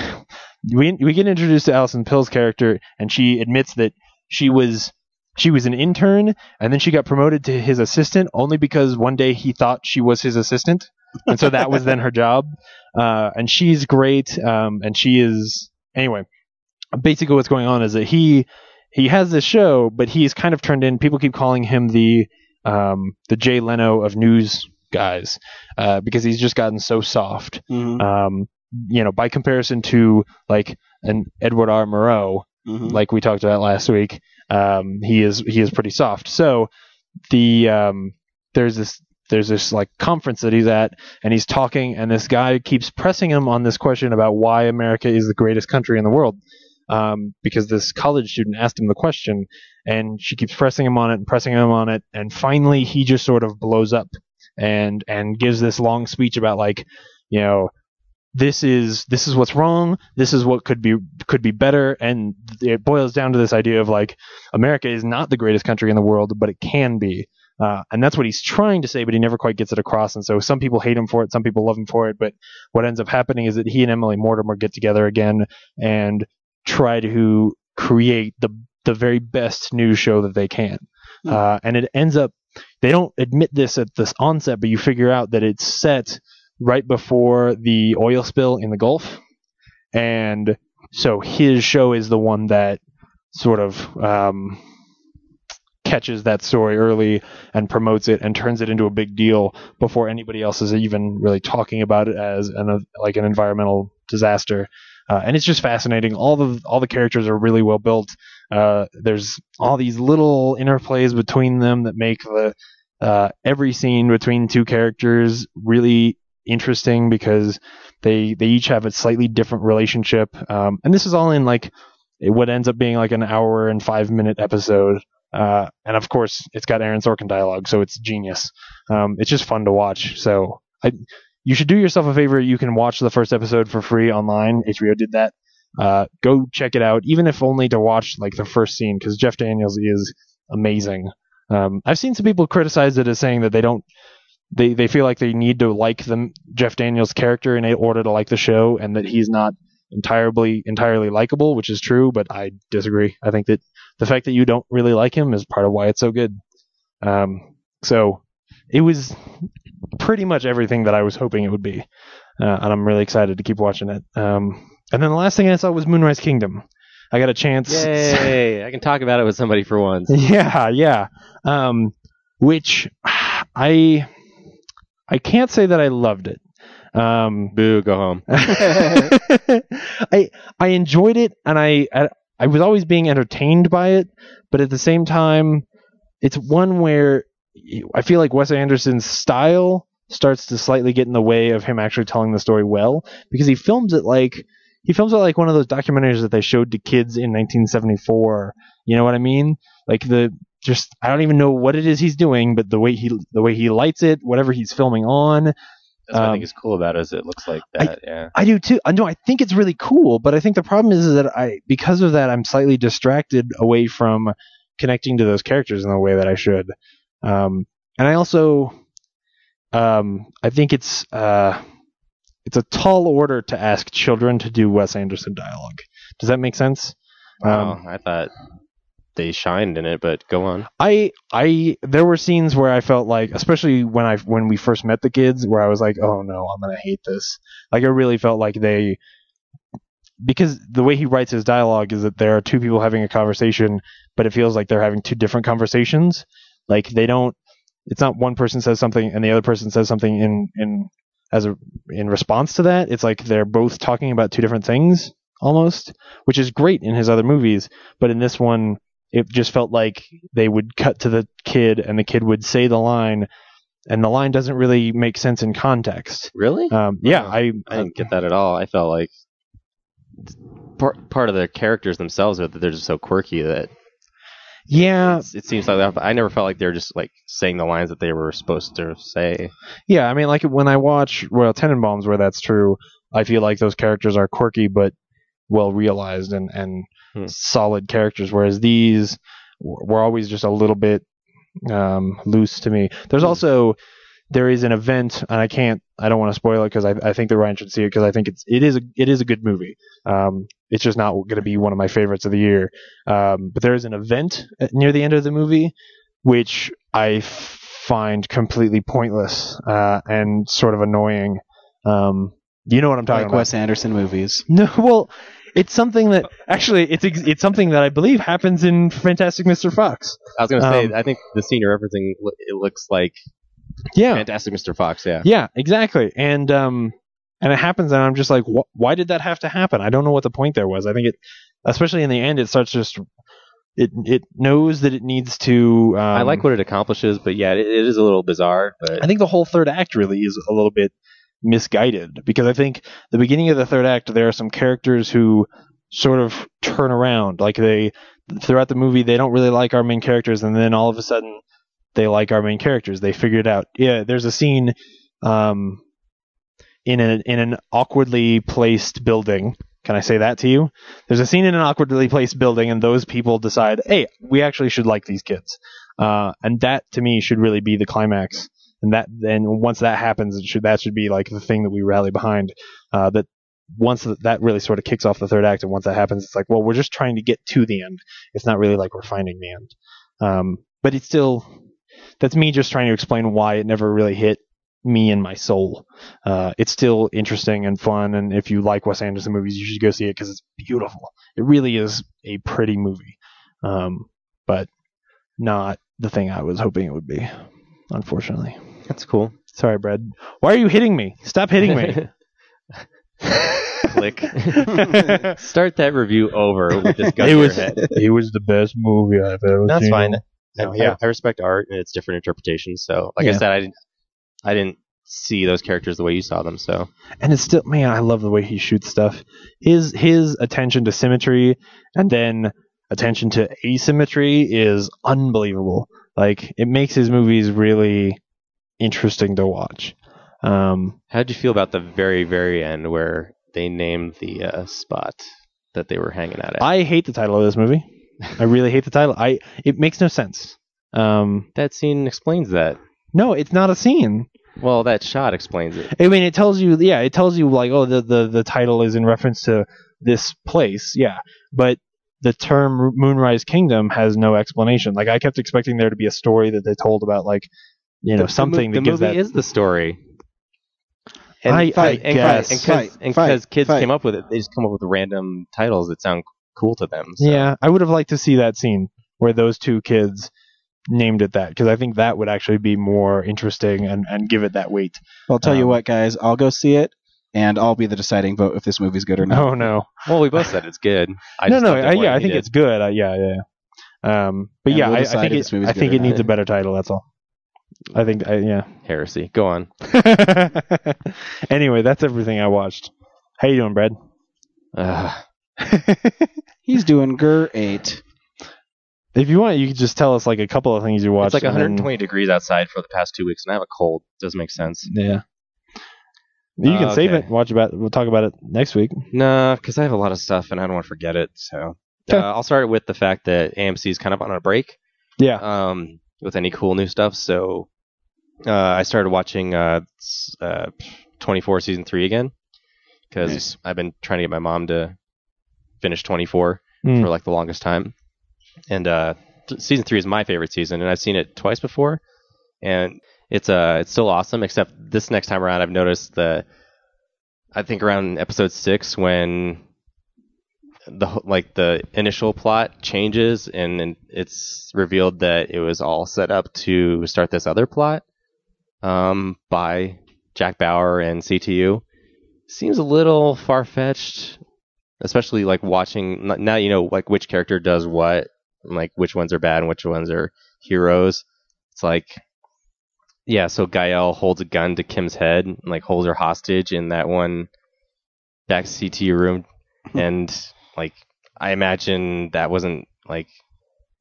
we we get introduced to Allison Pill's character, and she admits that she was she was an intern, and then she got promoted to his assistant only because one day he thought she was his assistant, and so that was then her job. Uh, and she's great, um, and she is anyway. Basically, what's going on is that he he has this show, but he's kind of turned in. People keep calling him the um, the Jay Leno of news guys uh, because he's just gotten so soft. Um, you know, by comparison to like an Edward R. Murrow, like we talked about last week, um, he is he is pretty soft. So the um, there's this there's this like conference that he's at and he's talking and this guy keeps pressing him on this question about why America is the greatest country in the world um, because this college student asked him the question and she keeps pressing him on it and pressing him on it and finally he just sort of blows up and and gives this long speech about like you know this is this is what's wrong this is what could be could be better and it boils down to this idea of like america is not the greatest country in the world but it can be uh, and that's what he's trying to say but he never quite gets it across and so some people hate him for it some people love him for it but what ends up happening is that he and emily mortimer get together again and try to create the the very best news show that they can uh, and it ends up they don't admit this at this onset but you figure out that it's set right before the oil spill in the Gulf. And so his show is the one that sort of um, catches that story early and promotes it and turns it into a big deal before anybody else is even really talking about it as an uh, like an environmental disaster. Uh, and it's just fascinating. All the all the characters are really well built. Uh, there's all these little interplays between them that make the uh, every scene between two characters really interesting because they they each have a slightly different relationship. Um, and this is all in like what ends up being like an hour and five minute episode. Uh, and of course, it's got Aaron Sorkin dialogue, so it's genius. Um, it's just fun to watch. So I, you should do yourself a favor. You can watch the first episode for free online. HBO did that. Uh, go check it out, even if only to watch like the first scene, because Jeff Daniels is amazing. Um, I've seen some people criticize it as saying that they don't they they feel like they need to like them Jeff Daniels character in order to like the show, and that he's not entirely entirely likable, which is true. But I disagree. I think that the fact that you don't really like him is part of why it's so good. Um, so it was pretty much everything that I was hoping it would be, uh, and I'm really excited to keep watching it. Um, and then the last thing I saw was Moonrise Kingdom. I got a chance.
Yay! I can talk about it with somebody for once.
Yeah, yeah. Um, which I I can't say that I loved it. Um,
Boo! Go home.
I I enjoyed it, and I, I I was always being entertained by it, but at the same time, it's one where I feel like Wes Anderson's style starts to slightly get in the way of him actually telling the story well because he films it like he films it like one of those documentaries that they showed to kids in 1974. You know what I mean? Like the just I don't even know what it is he's doing, but the way he the way he lights it, whatever he's filming on.
That's what I
um,
think is cool about it is it looks like that. yeah.
I do too. I know I think it's really cool, but I think the problem is, is that I because of that I'm slightly distracted away from connecting to those characters in the way that I should. Um, and I also um, I think it's uh, it's a tall order to ask children to do Wes Anderson dialogue. Does that make sense? Um,
Wow, Oh, I thought they shined in it, but go on.
I I there were scenes where I felt like, especially when I when we first met the kids, where I was like, oh no, I'm gonna hate this. Like I really felt like they because the way he writes his dialogue is that there are two people having a conversation, but it feels like they're having two different conversations. Like they don't. It's not one person says something and the other person says something in in as a in response to that. It's like they're both talking about two different things almost, which is great in his other movies, but in this one it just felt like they would cut to the kid and the kid would say the line and the line doesn't really make sense in context
Really?
um, yeah I,
I didn't get that at all. I felt like part part of the characters themselves that they're just so quirky that
yeah
it seems like that. but I never felt like they were just like saying the lines that they were supposed to say.
yeah i mean like when i watch royal tenenbaums where that's true i feel like those characters are quirky but well realized and and solid characters whereas these w- were always just a little bit um, loose to me there's also there is an event and i can't i don't want to spoil it because I, I think that ryan should see it because i think it's it is a, it is a good movie um, it's just not going to be one of my favorites of the year um, but there is an event at- near the end of the movie which i find completely pointless uh, and sort of annoying um, you know what i'm talking
Like
about
Wes Anderson movies.
no, well, it's something that actually it's ex- it's something that I believe happens in Fantastic Mr. Fox.
I was gonna say
Um,
I think the scene you're referencing lo- it looks like
yeah,
Fantastic Mr. Fox. Yeah,
Yeah, exactly. And um, and it happens, and I'm just like, wh- why did that have to happen? I don't know what the point there was. I think it, especially in the end, it starts just it it knows that it needs to. Um,
I like what it accomplishes, but yeah, it, it is a little bizarre. But
I think the whole third act really is a little bit misguided because I think the beginning of the third act there are some characters who sort of turn around like they throughout the movie they don't really like our main characters and then all of a sudden they like our main characters they figure it out yeah there's a scene um in an in an awkwardly placed building. Can I say that to you? There's a scene in an awkwardly placed building, and those people decide, hey, we actually should like these kids, uh, and that to me should really be the climax. And that and once that happens, it should that should be like the thing that we rally behind. Uh, that once th- that really sort of kicks off the third act, and once that happens, it's like, well, we're just trying to get to the end. It's not really like we're finding the end. Um, but it's still that's me just trying to explain why it never really hit me and my soul. Uh, it's still interesting and fun, and if you like Wes Anderson movies, you should go see it because it's beautiful. It really is a pretty movie, um, but not the thing I was hoping it would be. Unfortunately,
that's cool.
Sorry, Brad. Why are you hitting me? Stop hitting me.
Click. Start that review over with this gun to
it
your
was
head.
it was the best movie I've ever
That's
seen.
fine.
No,
I,
yeah.
I respect art and its different interpretations. So, like I
Yeah.
said, I didn't, I didn't see those characters the way you saw them. So,
and it's still man i love the way he shoots stuff his his attention to symmetry and then attention to asymmetry is unbelievable like it makes his movies really interesting to watch um
how would you feel about the very, very end where they named the uh, spot that they were hanging out at?
i hate the title of this movie i really hate the title i it makes no sense um
that scene explains that
no it's not a scene
well, that shot explains it.
I mean, it tells you, yeah, it tells you like, oh, the the, the title is in reference to this place, yeah, but the term Moonrise Kingdom has no explanation. Like, I kept expecting there to be a story that they told about like, you know,
The- the
something
mo- the
that gives
movie
that.
is the story. And
I- I
fight, and
guess.
because
Fight, fight,
kids
fight.
came up with it, they just come up with random titles that sound cool to them. So.
Yeah, I would have liked to see that scene where those two kids named it that because I think that would actually be more interesting and and give it that weight.
Well, I'll tell you
Um,
what, guys, I'll go see it, and I'll be the deciding vote if this movie's good or not.
Oh no.
Well, we both said it's good. I
no,
just
no,
thought that
I,
more
yeah, I
than
think
he
it's good. I, yeah, yeah. yeah. Um, but
And
yeah,
we'll
I, I
decide
think
if this
it,
movie's
I
good
think
or
it needs
not.
a better title. That's all. I think, I, yeah.
did. heresy. Go on.
anyway, that's everything I watched. How you doing, Brad?
He's doing Gur eight.
If you want, you could just tell us like a couple of things you watched.
It's like
and then-
120 degrees outside for the past two weeks, and I have a cold. Doesn't make sense.
Yeah. You can
Uh,
save
okay.
it. Watch about. We'll talk about it next week.
No, because I have a lot of stuff and I don't want to forget it. So uh, I'll start with the fact that AMC is kind of on a break.
Yeah.
Um, with any cool new stuff, so uh, I started watching uh, s- uh, 24 season three again because I've been trying to get my mom to finish 24
Mm.
for like the longest time, and uh, th- season three is my favorite season, and I've seen it twice before, and it's uh it's still awesome. Except this next time around, I've noticed that I think around episode six when the wh- like the initial plot changes and, then it's revealed that it was all set up to start this other plot um, by Jack Bauer and CTU. Seems a little far fetched, especially like watching n- now you know like which character does what, and, like which ones are bad and which ones are heroes. It's like yeah, so Gael holds a gun to Kim's head and like holds her hostage in that one back CT room
Hmm.
and like I imagine that wasn't like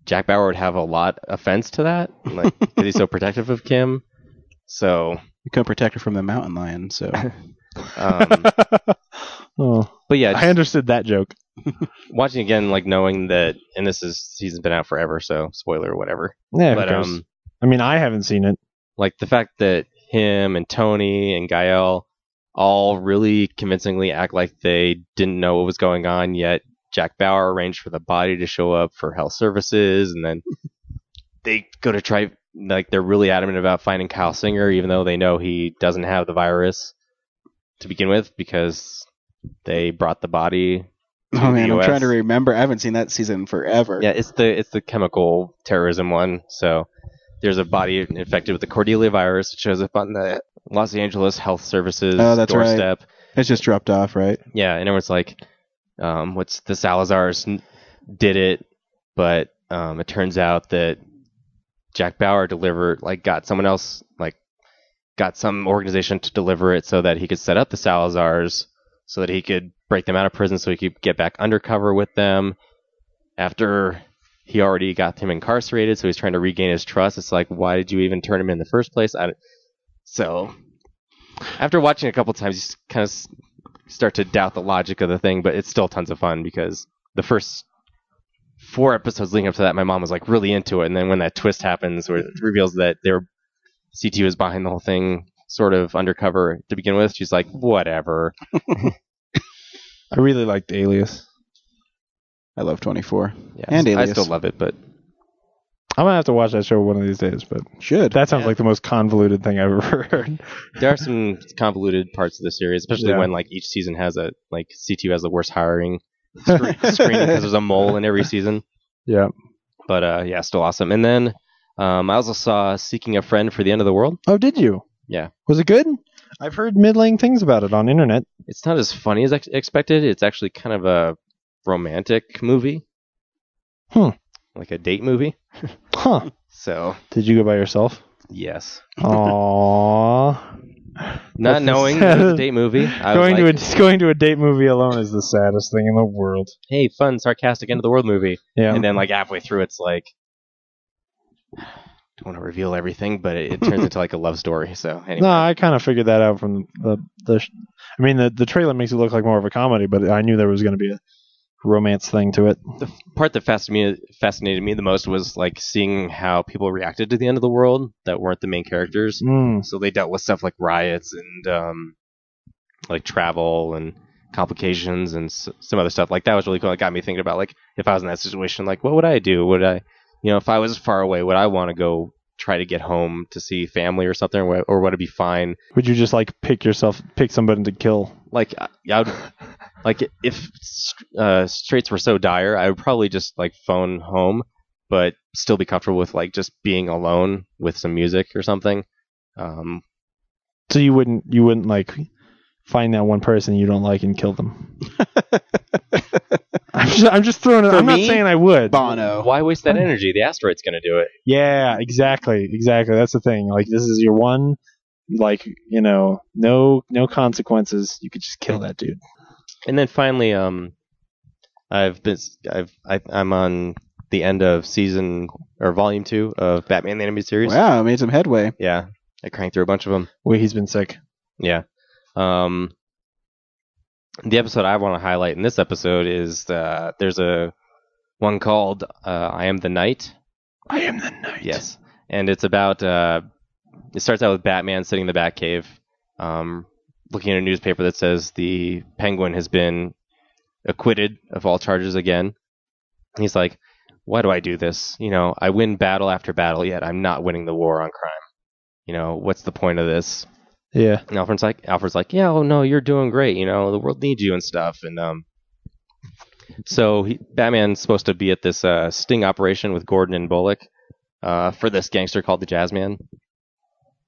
Jack Bauer would have a lot offense to that, like 'cause he's so protective of Kim. So,
Become protector from the mountain lion. So,
um,
Oh.
but yeah,
I understood that joke.
watching again, like knowing that, and this is season's been out forever, so spoiler, whatever.
Yeah.
but
But,
um,
I mean, I haven't seen it.
like the fact that him and Tony and Gael all really convincingly act like they didn't know what was going on yet. Jack Bauer arranged for the body to show up for health services, and then they go to try. Like they're really adamant about finding Kyle Singer, even though they know he doesn't have the virus to begin with, because they brought the body. to
oh
the
man, I'm
US.
trying to remember. I haven't seen that season forever.
Yeah, it's the it's the chemical terrorism one. So there's a body infected with the Cordelia virus. It shows up on the Los Angeles Health Services
oh, that's
doorstep.
right. It's just dropped off, right?
Yeah, and everyone's like, um, "What's the Salazar's n- did it?" But um, it turns out that Jack Bauer delivered, like, got someone else, like, got some organization to deliver it so that he could set up the Salazars, so that he could break them out of prison, so he could get back undercover with them. After he already got him incarcerated, so he's trying to regain his trust. It's like, why did you even turn him in the first place? I, so After watching it a couple times, you s- kind of s- start to doubt the logic of the thing, but it's still tons of fun because the first four episodes leading up to that, my mom was like really into it, and then when that twist happens, where it reveals that their CT was behind the whole thing, sort of undercover to begin with, she's like, whatever.
I really liked Alias.
I love 24.
Yeah,
and
I
Alias.
still love it, but
I'm gonna have to watch that show one of these days, but
should
that sounds like the most convoluted thing I've ever heard.
there are some convoluted parts of the series, especially
Yeah.
when like each season has a like CT has the worst hiring screen because there's a mole in every season.
Yeah.
But uh, yeah, still awesome. And then um, I also saw Seeking a Friend for the End of the World.
Oh, did you?
Yeah,
Was it good? I've heard middling things about it on internet.
it's not as funny as ex- expected. It's actually kind of a romantic movie,
Hmm.
like a date movie.
Huh.
So
Did you go by yourself?
yes,
Aww.
not knowing it was a date movie, I was
going to a,
like-
just going to a date movie alone is the saddest thing in the world.
hey, fun, sarcastic end of the world movie.
Yeah.
And then like halfway through, it's like, don't want to reveal everything, but it, it turns into like a love story. So anyway,
No, I kind of figured that out from the the. Sh- I mean, the the trailer makes it look like more of a comedy, but I knew there was going to be a romance thing to it.
the part that fascinated me, fascinated me the most was like seeing how people reacted to the end of the world that weren't the main characters.
Mm.
So they dealt with stuff like riots and um, like travel and complications and s- some other stuff. Like that was really cool. It got me thinking about like if I was in that situation, like what would I do? Would I, you know, if I was far away, would I want to go try to get home to see family or something, or, or would it be fine?
Would you just like pick yourself, pick somebody to kill?
Like I, I would, like if uh, straits were so dire, I would probably just like phone home, but still be comfortable with like just being alone with some music or something. Um,
So you wouldn't, you wouldn't like find that one person you don't like and kill them. I'm just, I'm just throwing it. I'm not saying I would.
Bono.
Why waste that energy? The asteroid's going to do it.
Yeah, exactly, exactly. That's the thing. Like this is your one, like you know, no no consequences. You could just kill that dude.
And then finally, um, I've been I've I, I'm on the end of season or volume two of Batman the Animated Series.
Wow, I made some headway.
Yeah, I cranked through a bunch of them.
Wait, he's been sick.
Yeah. Um, the episode I want to highlight in this episode is uh, there's a one called uh, "I Am the Night."
I am the night.
Yes, and it's about uh, it starts out with Batman sitting in the Batcave, um, looking at a newspaper that says the Penguin has been acquitted of all charges again. And he's like, "Why do I do this? You know, I win battle after battle, yet I'm not winning the war on crime. You know, what's the point of this?"
Yeah.
And Alfred's like, Alfred's like, yeah, oh no, you're doing great. You know, the world needs you and stuff. And um, so he, Batman's supposed to be at this uh, sting operation with Gordon and Bullock uh, for this gangster called the Jazzman.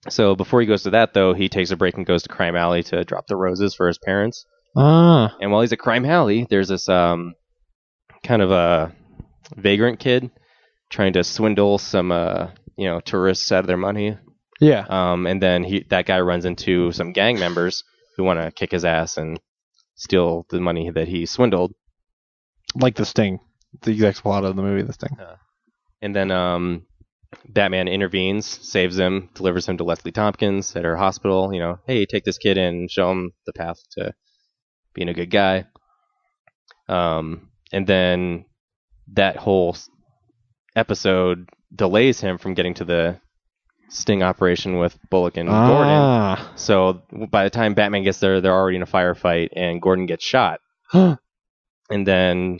So before he goes to that, though, he takes a break and goes to Crime Alley to drop the roses for his parents.
Ah.
And while he's at Crime Alley, there's this um, kind of a vagrant kid trying to swindle some uh, you know tourists out of their money
Yeah.
um, and then he that guy runs into some gang members who want to kick his ass and steal the money that he swindled.
Like the Sting. The exact plot of the movie, The Sting.
And then um, Batman intervenes, saves him, delivers him to Leslie Tompkins at her hospital. You know, hey, take this kid in, show him the path to being a good guy. Um, and then that whole s- episode delays him from getting to the sting operation with Bullock and
Ah.
Gordon. So w- by the time Batman gets there, they're already in a firefight, and Gordon gets shot. and then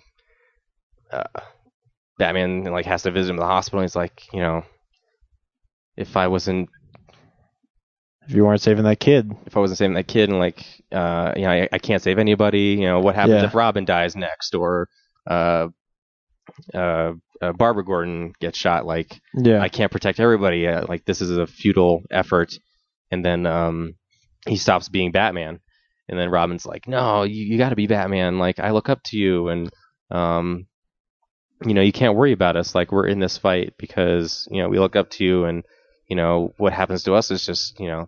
uh, Batman like has to visit him at the hospital. And he's like, you know, if I wasn't
If you weren't saving that kid.
if I wasn't saving that kid, and like, uh, you know, I, I can't save anybody. You know, what happens
Yeah.
if Robin dies next, or uh, uh, uh, Barbara Gordon gets shot? Like,
Yeah.
I can't protect everybody. Uh, like, this is a futile effort. And then um, he stops being Batman, and then Robin's like, "No, you, you got to be Batman. Like, I look up to you, and um, you know, you can't worry about us. Like, we're in this fight because you know we look up to you, and you know what happens to us is just you know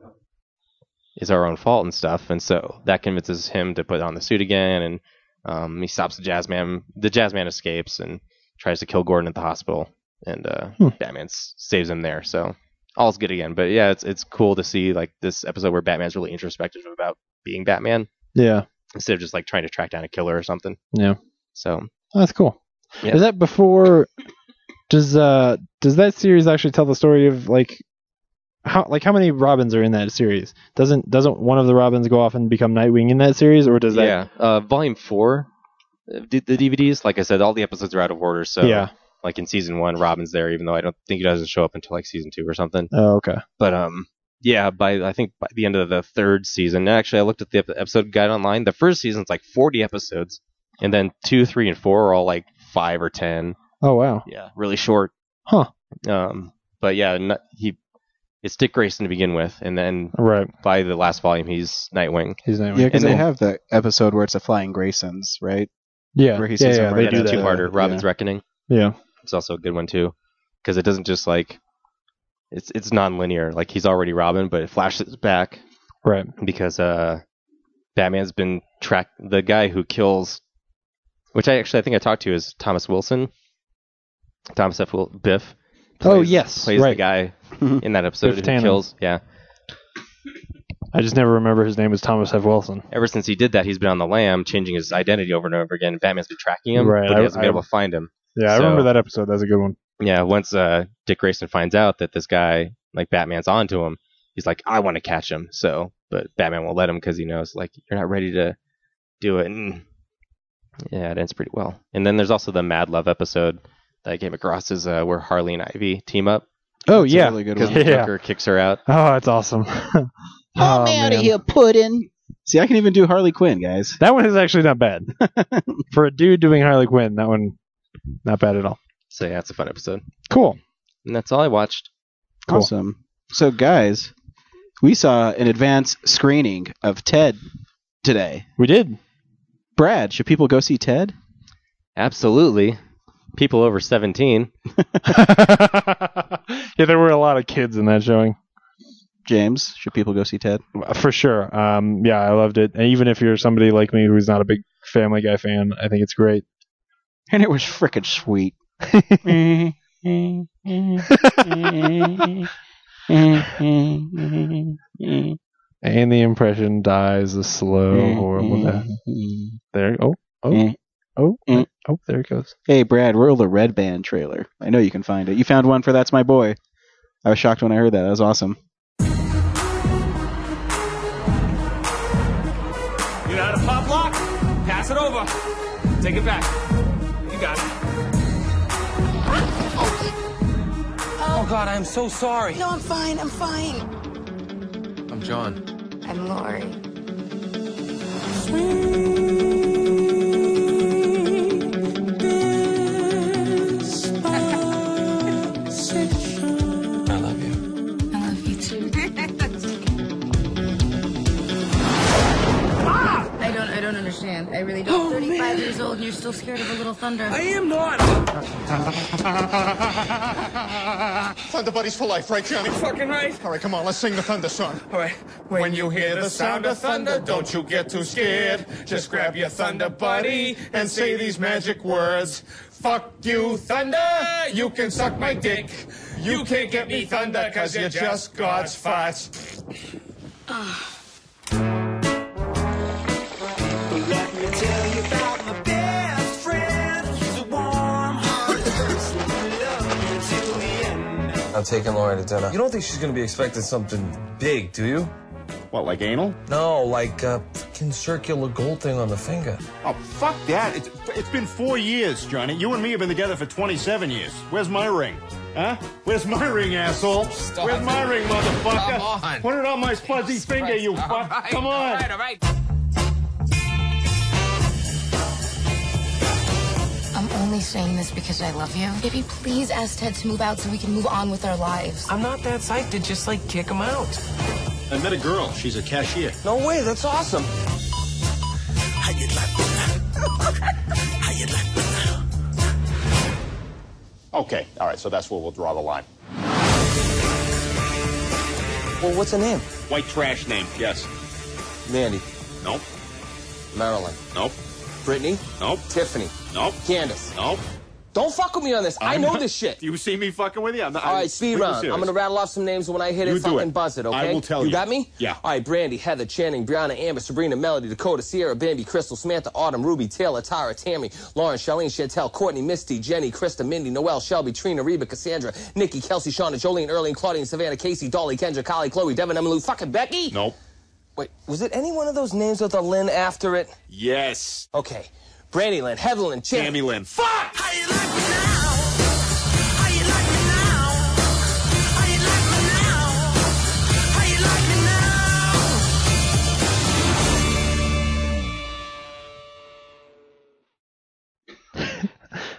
is our own fault and stuff. And so that convinces him to put on the suit again, and um, he stops the jazz man. The jazz man escapes and tries to kill Gordon at the hospital, and uh,
Hmm.
Batman s- saves him there. So all's good again. But yeah, it's it's cool to see like this episode where Batman's really introspective about being Batman
Yeah.
instead of just like trying to track down a killer or something.
Yeah.
So
Oh, that's cool.
Yeah.
Is that before? Does uh does that series actually tell the story of like how like how many Robins are in that series? Doesn't doesn't one of the Robins go off and become Nightwing in that series, or does that?
yeah, uh, volume four, uh, d- the DVDs. Like I said, all the episodes are out of order. So
Yeah.
like in season one, Robin's there, even though I don't think he doesn't show up until like season two or something.
Oh, okay.
But um, yeah, by I think by the end of the third season, and actually I looked at the ep- episode guide online. The first season's like 40 episodes, and then two, three, and four are all like five or ten.
Oh wow.
Yeah, really short.
Huh.
Um, but yeah, n he it's Dick Grayson to begin with, and then
Right.
by the last volume, he's Nightwing.
He's
Nightwing.
Yeah, because they have the episode where it's a flying Graysons, right?
Yeah,
where he
yeah,
sees
yeah,
him
they
right
do
at
that.
the-
two parter, Robin's
yeah.
Reckoning.
Yeah.
It's also a good one too, because it doesn't just like it's it's non-linear. Like he's already Robin, but it flashes back
Right.
because uh, Batman's been tracked. The guy who kills, which I actually I think I talked to is Thomas Wilson. Thomas F. Wil- Biff.
Oh,
plays-
yes,
plays
right.
the guy in that episode
Biff
who
Tannen.
kills. Yeah.
I just never remember his name was Thomas F. Wilson.
Ever since he did that, he's been on the lam, changing his identity over and over again. Batman's been tracking him,
Right,
but
I-
he hasn't been
I-
able to find him.
Yeah, I
So-
remember that episode. That's a good one.
yeah, once uh, Dick Grayson finds out that this guy, like Batman's onto him, he's like, I want to catch him. So, but Batman won't let him because he knows, like, you're not ready to do it. And yeah, it ends pretty well. And then there's also the Mad Love episode that I came across is uh, where Harley and Ivy team up.
Oh yeah,
Because
yeah.
Joker kicks her out.
Oh, it's awesome. I'm Oh,
out of here, Puddin'. See, I can even do Harley Quinn, guys.
That one is actually not bad for a dude doing Harley Quinn. That one, not bad at all.
So yeah, it's a fun episode.
Cool.
And that's all I watched.
Awesome. So, guys, we saw an advance screening of Ted today.
We did.
Brad, should people go see Ted?
Absolutely. People over 17.
Yeah, there were a lot of kids in that showing. Uh,
James, should people go see Ted?
For sure. Um, yeah, I loved it. And even if you're somebody like me who's not a big Family Guy fan, I think it's great.
And it was frickin' sweet.
And the impression dies a
Eh,
slow, horrible death. There. Oh. Oh. Oh.
Eh.
Oh. There it goes.
Hey, Brad, roll the Red Band trailer. I know you can find it. You found one for That's My Boy. I was shocked when I heard that. That was awesome.
You know how to pop lock? Pass it over. Take it back. You got it.
Oh, God, I'm so sorry.
No, I'm fine. I'm fine.
I'm John.
I'm Lori.
I love you.
I love you too. I don't. I don't understand. I really don't.
Oh,
35
man.
years old, and you're still scared of a little thunder.
I am not.
Thunder Buddies for life, right, Johnny? Fucking right. All right, come on, let's sing the thunder song. All right. When, you hear the sound of thunder, don't you get too scared. Just grab your thunder buddy and say these magic words. Fuck you, thunder. You can suck my dick. You can't get me thunder, cause you're just God's farts.
Let me tell you about my best friend. He's a warm heart. So we love you till the end.
I'm taking Laura to dinner. You don't think she's gonna be expecting something big, do you? What, like anal? No, like a fucking circular gold thing on the finger.
Oh, fuck that. It's, it's been four years, Johnny. You and me have been together for 27 years. Where's my ring? Huh? Where's my ring, asshole? Where's my ring, motherfucker?
Come on.
Put it on my fuzzy finger, you fuck. Come on.
All right, all right.
I'm only saying this because I love you. Baby, please ask Ted to move out so we can move on with our lives.
I'm not that psyched to just like kick him out.
I met a girl. She's a cashier.
No way, that's awesome.
Okay, all right, so that's where we'll draw the line.
Well, what's her name?
White trash name, yes.
Mandy.
Nope.
Marilyn.
Nope.
Brittany.
Nope.
Tiffany.
Nope.
Candace.
Nope.
Don't fuck with me on this. i
I'm
know
not-
this shit.
You see me fucking with you? I'm not,
All
I'm
right, speed
completely
round.
serious.
I'm gonna rattle off some names, and when I hit
You
it,
do
fucking
it.
buzz it. Okay?
I will tell you.
got me?
Yeah.
All right, Brandy, Heather, Channing, Brianna, Amber, Sabrina, Melody, Dakota, Sierra, Bambi, Crystal, Samantha, Autumn, Ruby, Taylor, Tara, Tammy, Lauren, Charlene, Chantel, Courtney, Misty, Jenny, Krista, Mindy, Noelle, Shelby, Trina, Reba, Cassandra, Nikki, Kelsey, Shauna, Jolene, Erlene, Claudine, Savannah, Casey, Dolly, Kendra, Kylie, Chloe, Devin, Emily, fucking Becky. Nope. Wait, was it any one of those names with a Lynn after it? Yes. Okay. Brandy Lynn, Heather Lynn, Channing. Tammy Lynn. Fuck!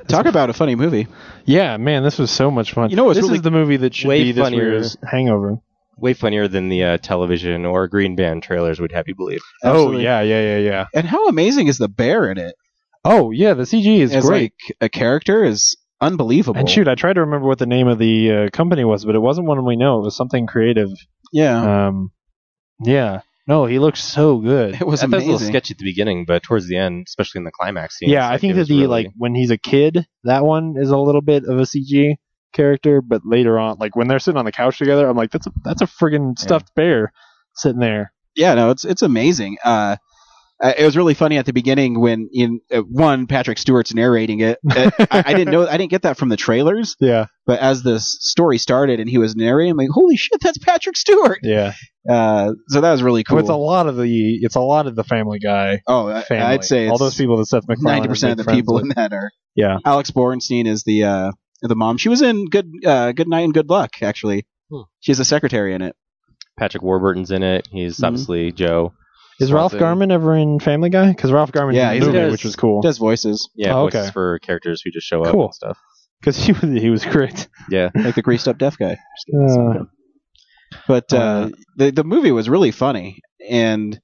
Talk about a funny movie.
Yeah, man, this was so much fun.
You know what's
this
really-
is the movie that should
Way
be this
funnier.
year's Hangover.
Way funnier than the uh, television or green band trailers would have you believe.
Absolutely.
Oh, yeah, yeah, yeah, yeah.
And how amazing is the bear in it?
Oh yeah, the CG is
As,
great.
Like, a character is unbelievable.
And shoot, I tried to remember what the name of the uh, company was, but it wasn't one we know. It was something creative.
Yeah.
Um, yeah. No, he looks so good.
It was a little sketchy at the beginning, but towards the end, especially in the climax scene.
Yeah, I think that the like when he's a kid, that one is a little bit of a CG character, but later on, like when they're sitting on the couch together, I'm like, that's a that's a friggin' stuffed bear sitting there.
yeah, no, it's it's amazing. Uh, uh, it was really funny at the beginning when in uh, one Patrick Stewart's narrating it. Uh, I, I didn't know I didn't get that from the trailers.
Yeah,
but as the s- story started and he was narrating, I'm like, holy shit, that's Patrick Stewart.
Yeah.
Uh, so that was really cool.
It's a lot of the it's a lot of the Family Guy.
Oh, I- I'd say
all
it's
those people that Seth MacFarlane
ninety percent of the
is big friends
people
with.
in that are.
Yeah.
Alex Borenstein is the uh, the mom. She was in Good uh, Good Night and Good Luck. Actually,
Hmm.
she's the secretary in it.
Patrick Warburton's in it. He's
Mhm.
obviously Joe.
Mm-hmm. Is Ralph
Swanson.
Garman ever in Family Guy? Because Ralph Garman's
Yeah,
in
he's
the
in
movie,
it.
which was cool.
Does voices?
Yeah,
Oh,
voices
okay.
for characters who just show up
Cool
and stuff.
Because he was he was great.
Yeah,
like the greased up deaf guy.
Uh,
But uh, the the movie was really funny, and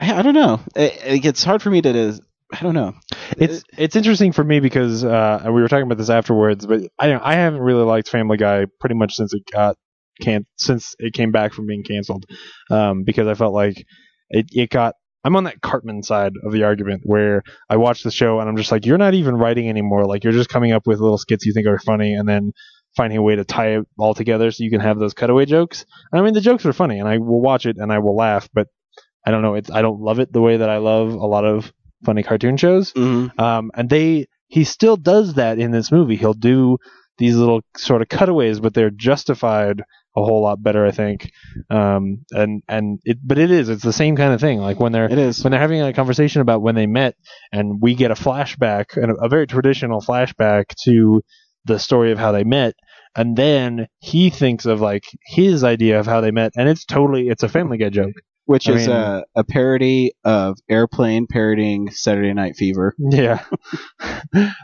I, I don't know. It, it, it's hard for me to. to- I don't know.
it's it's interesting for me because uh, we were talking about this afterwards, but I don't- I haven't really liked Family Guy pretty much since it got can since it came back from being canceled, um, because I felt like it it got. I'm on that Cartman side of the argument where I watch the show and I'm just like, you're not even writing anymore. Like you're just coming up with little skits you think are funny and then finding a way to tie it all together so you can have those cutaway jokes. And I mean, the jokes are funny and I will watch it and I will laugh, but I don't know. It's I don't love it the way that I love a lot of funny cartoon shows. Um, and they he still does that in this movie. He'll do these little sort of cutaways, but they're justified a whole lot better, I think. Um, and and it, but it is it's the same kind of thing. Like when they're when they're having a conversation about when they met, and we get a flashback and a, a very traditional flashback to the story of how they met. And then he thinks of like his idea of how they met, and it's totally it's a Family Guy joke,
Which
I
is
mean-
uh a parody of Airplane parodying Saturday Night Fever.
Yeah.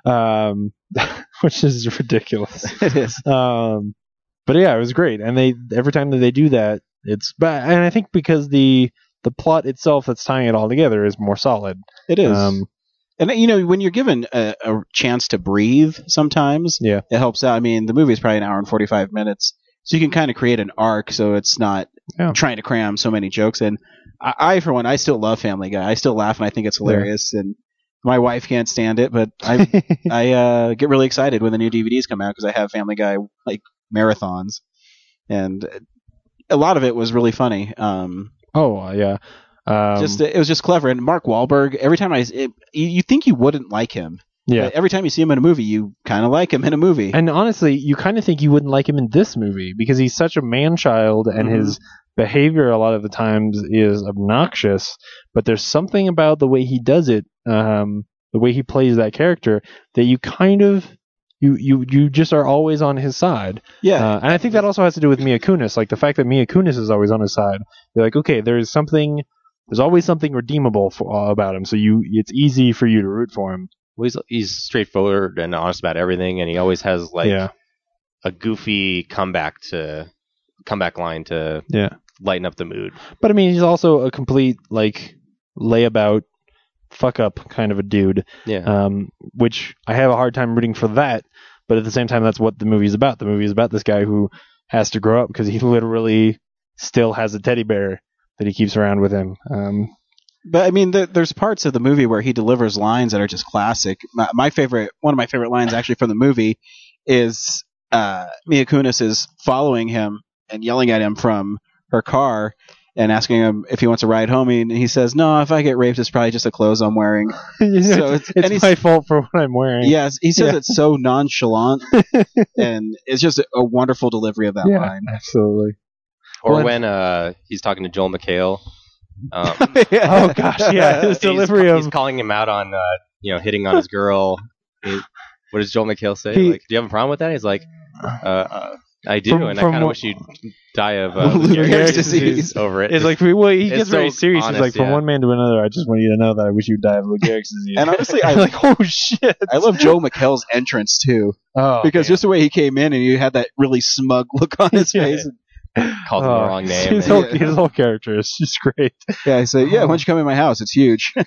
um, which is ridiculous.
It is.
Um, but yeah, it was great. And they every time that they do that, it's but and I think because the the plot itself that's tying it all together is more solid.
It is.
Um,
and you know, when you're given a, a chance to breathe, sometimes
yeah,
it helps out. I mean, the movie is probably an hour and forty five minutes, so you can kind of create an arc, so it's not trying to cram so many jokes in. I, I, for one, I still love Family Guy. I still laugh and I think it's hilarious. And my wife can't stand it, but I I uh, get really excited when the new DVDs come out because I have Family Guy like marathons, and a lot of it was really funny. Um,
Oh uh, yeah. Um,
just it was just clever. And Mark Wahlberg, every time I it, you, you think you wouldn't like him,
Yeah.
but every time you see him in a movie, you kind of like him in a movie.
And honestly, you kind of think you wouldn't like him in this movie because he's such a man child and
Mm-hmm.
his behavior a lot of the times is obnoxious. But there's something about the way he does it, um, the way he plays that character, that you kind of. You, you you just are always on his side.
Yeah.
Uh, and I think that also has to do with Mia Kunis. Like the fact that Mia Kunis is always on his side. You're like, okay, there's something, there's always something redeemable for, uh, about him. So you, it's easy for you to root for him.
Well, he's he's straightforward and honest about everything, and he always has like
Yeah.
a goofy comeback to comeback line to
Yeah.
lighten up the mood.
But I mean, he's also a complete like layabout, fuck up kind of a dude.
Yeah.
Um, which I have a hard time rooting for that. But at the same time, that's what the movie's about. The movie's about this guy who has to grow up because he literally still has a teddy bear that he keeps around with him. Um,
But I mean, there, there's parts of the movie where he delivers lines that are just classic. My, my favorite, one of my favorite lines actually from the movie, is uh, Mia Kunis is following him and yelling at him from her car and asking him if he wants a ride home. And he says, "No, if I get raped, it's probably just the clothes I'm wearing."
so
it's,
it's
and he's-
my fault for what I'm wearing.
Yes, he says
Yeah.
it's so nonchalant, and it's just a wonderful delivery of that
Yeah,
line.
absolutely.
Or
Well,
when uh, he's talking to Joel McHale. Um,
Oh gosh, yeah, his
and he's-
delivery
he's
of
calling him out on uh, you know hitting on his girl. He- what does Joel McHale say?
He-
like, do you have a problem with that? He's like, uh, uh, I do,
From-
and I
from
kind of
what-
wish you'd die of uh,
Lou
Gehrig's
Gehrig's
disease
disease.
over it.
It's like well, he
It's
gets
so
very serious.
honest,
He's like, from
yeah.
one man to another, I just want you to know that I wish you'd die of Lou Gehrig's disease.
And honestly, I
like, oh shit,
I love Joel McHale's entrance too,
Oh,
because just the way he came in and you had that really smug look on his face.
called him the wrong name.
His whole, his whole character is just great.
Yeah, I said, yeah, why don't you come in my house? It's huge.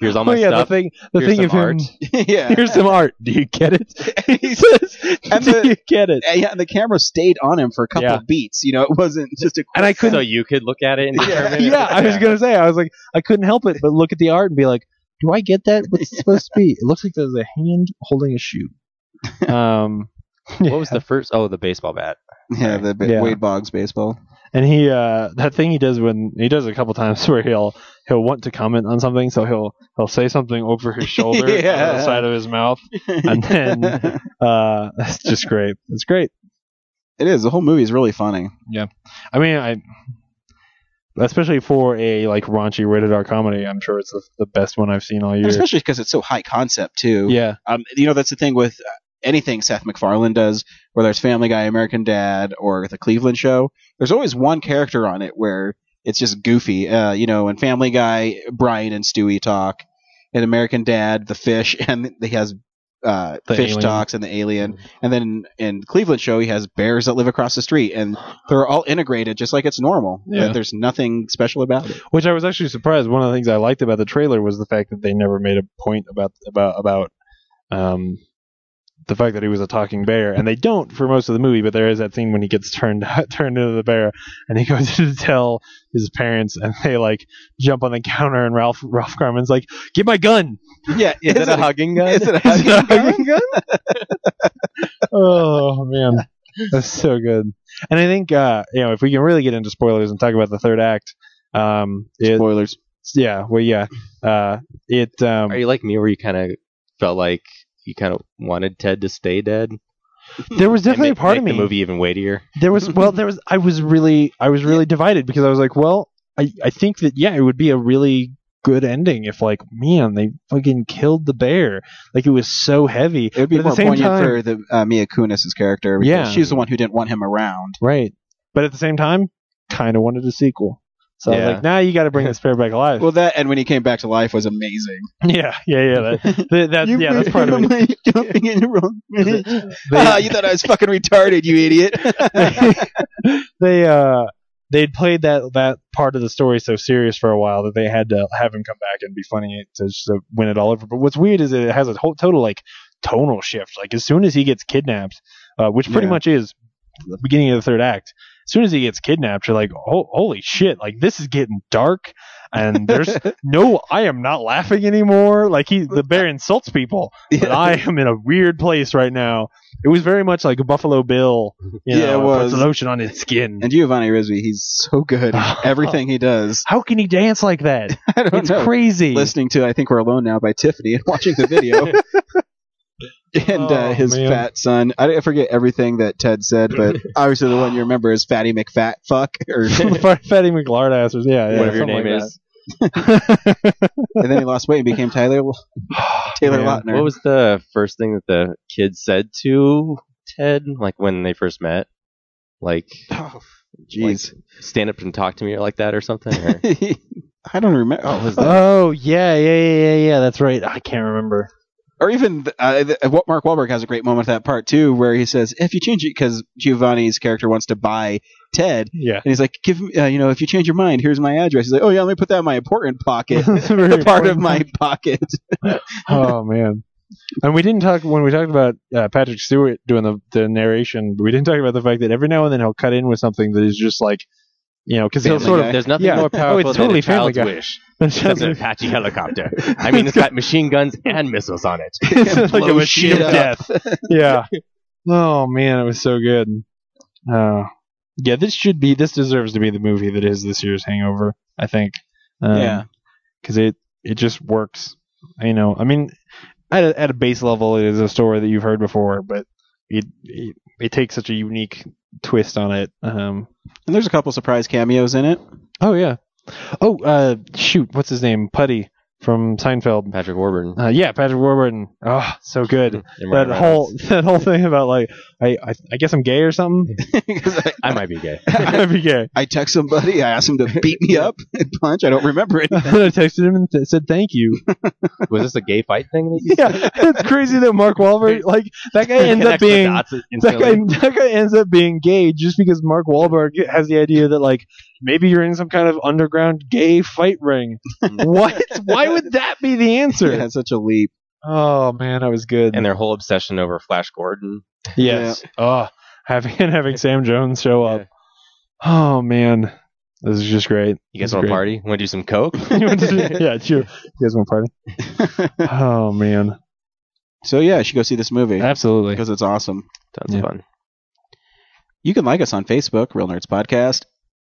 Here's all
Oh, yeah, the thing, the thing of him.
yeah.
Here's some art. Do you get it?
he says, and
Do
the,
you get it?
and yeah, and the camera stayed on him for a couple
Yeah.
beats. You know, it wasn't just a.
And I couldn't.
so you could look at it and determine.
yeah, I was gonna say, I was like, I couldn't help it but look at the art and be like, do I get that? What's it supposed to be? It looks like there's a hand holding a shoe. Um,
What was the first? Oh, the baseball bat.
Yeah, the
Yeah.
Wade Boggs baseball.
and he uh that thing he does when he does it a couple times where he'll he'll want to comment on something so he'll he'll say something over his shoulder
Yeah.
or the side of his mouth and then uh that's just great it's great
it is the whole movie is really funny
yeah i mean i especially for a like raunchy rated r comedy i'm sure it's the, the best one i've seen all year
And especially because it's so high concept too.
Yeah.
Um, you know that's the thing with uh, anything Seth MacFarlane does, whether it's Family Guy, American Dad, or The Cleveland Show. There's always one character on it where it's just goofy. Uh, you know, in Family Guy, Brian and Stewie talk. In American Dad, the fish, and he has uh,
The
fish
alien. Mm-hmm.
talks and the alien. And then in Cleveland Show, he has bears that live across the street, and they're all integrated just like it's normal.
Yeah.
There's nothing special about it.
which I was actually surprised. One of the things I liked about the trailer was the fact that they never made a point about about about um, the fact that he was a talking bear, and they don't for most of the movie. But there is that scene when he gets turned turned into the bear, and he goes to tell his parents, and they like jump on the counter, and Ralph Ralph Garman's like, "Get my gun!"
Yeah,
Is it a hugging gun?
Is it a
Is it
hugging,
a
gun?
oh man, that's so good. And I think uh, you know if we can really get into spoilers and talk about the third act, um, it-
spoilers.
Yeah, well, yeah. Uh, it. Um,
Are you like me, where you kind of felt like you kind of wanted Ted to stay dead?
there was definitely
Make-
a part of
make
me.
the movie even weightier.
There was well, there was. I was really, I was really divided because I was like, well, I, I think that yeah, it would be a really good ending if like, man, they fucking killed the bear. Like it was so heavy.
It would be
But at
more
the same
poignant
time,
for the uh, Mia Kunis's character because
Yeah.
she's the one who didn't want him around.
right? But at the same time, kind of wanted a sequel. So I was
Yeah.
like, now nah, you got to bring this bear back alive.
Well, that and when he came back to life was amazing.
yeah, yeah, yeah. That, that, that- yeah, that's part of it.
Jumping in the wrong. Ah, you thought I was fucking retarded, you idiot.
they uh they'd played that that part of the story so serious for a while that they had to have him come back and be funny to, just to win it all over. But what's weird is that it has a whole total like tonal shift. Like as soon as he gets kidnapped, uh, which pretty
Yeah.
much is the beginning of the third act. As soon as he gets kidnapped, you're like, oh, holy shit! Like this is getting dark, and there's no, I am not laughing anymore. Like he, the bear insults people, but I am in a weird place right now. It was very much like Buffalo Bill, you know,
yeah, it
puts
was
lotion on his skin.
And Giovanni Risby, he's so good in everything he does.
How can he dance like that?
I don't
it's
know.
crazy.
Listening to "I Think We're Alone Now" by Tiffany and watching the video, and uh,
Oh,
his
man.
fat son. I, I forget everything that Ted said, but obviously the one you remember is Fatty McFat Fuck or
Fatty McLard asses, yeah, yeah,
Whatever your
something
name
like
is.
and then he lost weight and became Tyler Taylor
Man,
Lautner.
What was the first thing that the kid said to Ted, like when they first met? Like,
jeez,
stand up and talk to me or like that or something. Or,
I don't remember. Oh, was
that. Oh yeah, yeah, yeah, yeah, yeah. That's right. I can't remember.
or even th- uh, th- what Mark Wahlberg has a great moment at that part too, where he says, "If you change it, because Giovanni's character wants to buy Ted,
yeah,
and he's like, give me, uh, you know, if you change your mind, here's my address." He's like, "Oh yeah, let me put that in my important pocket,
That's a very
the part of
important
my pocket."
oh man. And we didn't talk when we talked about uh, Patrick Stewart doing the, the narration. We didn't talk about the fact that every now and then he'll cut in with something that is just like You know, because he'll
Family
sort of
Guy. There's nothing
yeah.
more
oh,
powerful
it's
than
totally
a child's
Family Guy.
wish
That's
than
just-
an Apache helicopter. I mean, it's got machine guns and missiles on it.
it's like a
Blow
machine of
shit up.
death. yeah. Oh man, it was so good. Uh, yeah, this should be. This deserves to be the movie that is this year's Hangover. I think.
Yeah.
Because it it just works. You know, I mean, at a, at a base level, it is a story that you've heard before, but it it, it takes such a unique twist on it. Um,
and there's a couple surprise cameos in it.
Oh yeah. Oh uh, shoot, what's his name? Putty from Seinfeld.
Patrick Warburton. Hmm.
Uh, yeah, Patrick Warburton. Oh, so good. that
Ryan
whole that whole thing about like I I, I guess I'm gay or something.
I might be gay.
I might be gay.
I text somebody. I asked him to beat me up and punch. I don't remember it.
I texted him and th- said thank you.
Was this a gay fight thing? That you
yeah, it's crazy that Mark Wahlberg like that guy ends up
Connects the
being
dots
that guy,
instantly.
that guy ends up being gay just because Mark Wahlberg has the idea that like maybe you're in some kind of underground gay fight ring.
Mm.
what? Why would that be the answer?
Yeah, such a leap.
Oh man, that was good.
And their whole obsession over Flash Gordon.
Yes. Oh, having and having Sam Jones show up. Oh man, this is just great.
You guys
This is
want to
great.
party? Want to do some coke?
You want to- yeah, sure. You guys want to party? oh man.
So yeah, you should go see this movie.
Absolutely,
because it's awesome.
That's fun.
You can like us on Facebook, Real Nerds Podcast.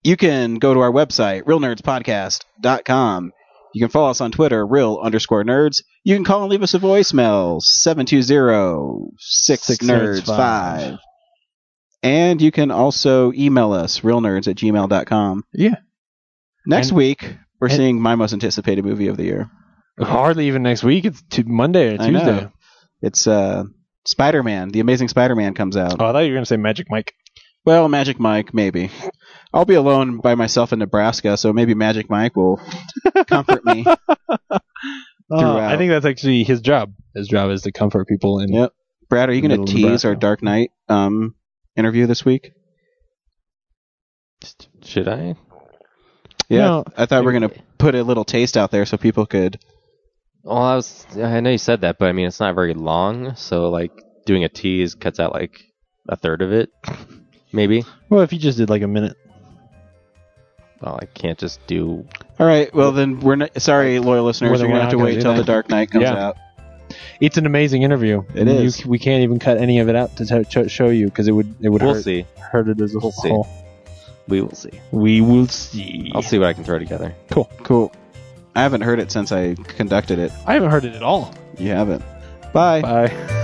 You can go to our website, realnerdspodcast.com. You can follow us on Twitter, real underscore nerds. You can call and leave us a voicemail, 720-6-nerds5. And you can also email us, realnerds at gmail.com.
Yeah.
Next
And-
week, we're
and-
seeing my most anticipated movie of the year.
Hardly even next week. It's t- Monday or
I
Tuesday.
know. It's uh, Spider-Man. The Amazing Spider-Man comes out.
Oh, I thought you were gonna say Magic Mike.
Well, Magic Mike, maybe. I'll be alone by myself in Nebraska, so maybe Magic Mike will comfort me.
Oh, I think that's actually his job. His job is to comfort people. And
yep. Brad, are you going
Middle
to
of
tease
Nebraska.
our Dark Knight um, interview this week?
Should I?
Yeah,
No.
I thought we were going to put a little taste out there so people could.
Well, I was. I know you said that, but I mean, it's not very long. So, like, doing a tease cuts out like a third of it, maybe.
Well, if you just did like a minute.
Well, I can't just do.
All right. Well, then we're not, sorry, loyal listeners.
Well,
You're
then
going to have
we're not
to
gonna
wait
do
till
that.
the Dark Knight comes
Yeah.
out.
It's an amazing interview.
It
You
is.
c- we can't even cut any of it out to t- ch- show you because it would it would
We'll
hurt,
see.
hurt it as a
We'll see.
whole.
We will see.
We will see.
I'll see what I can throw together.
Cool.
Cool. I haven't heard it since I conducted it.
I haven't heard it at all.
You haven't. Bye.
Bye.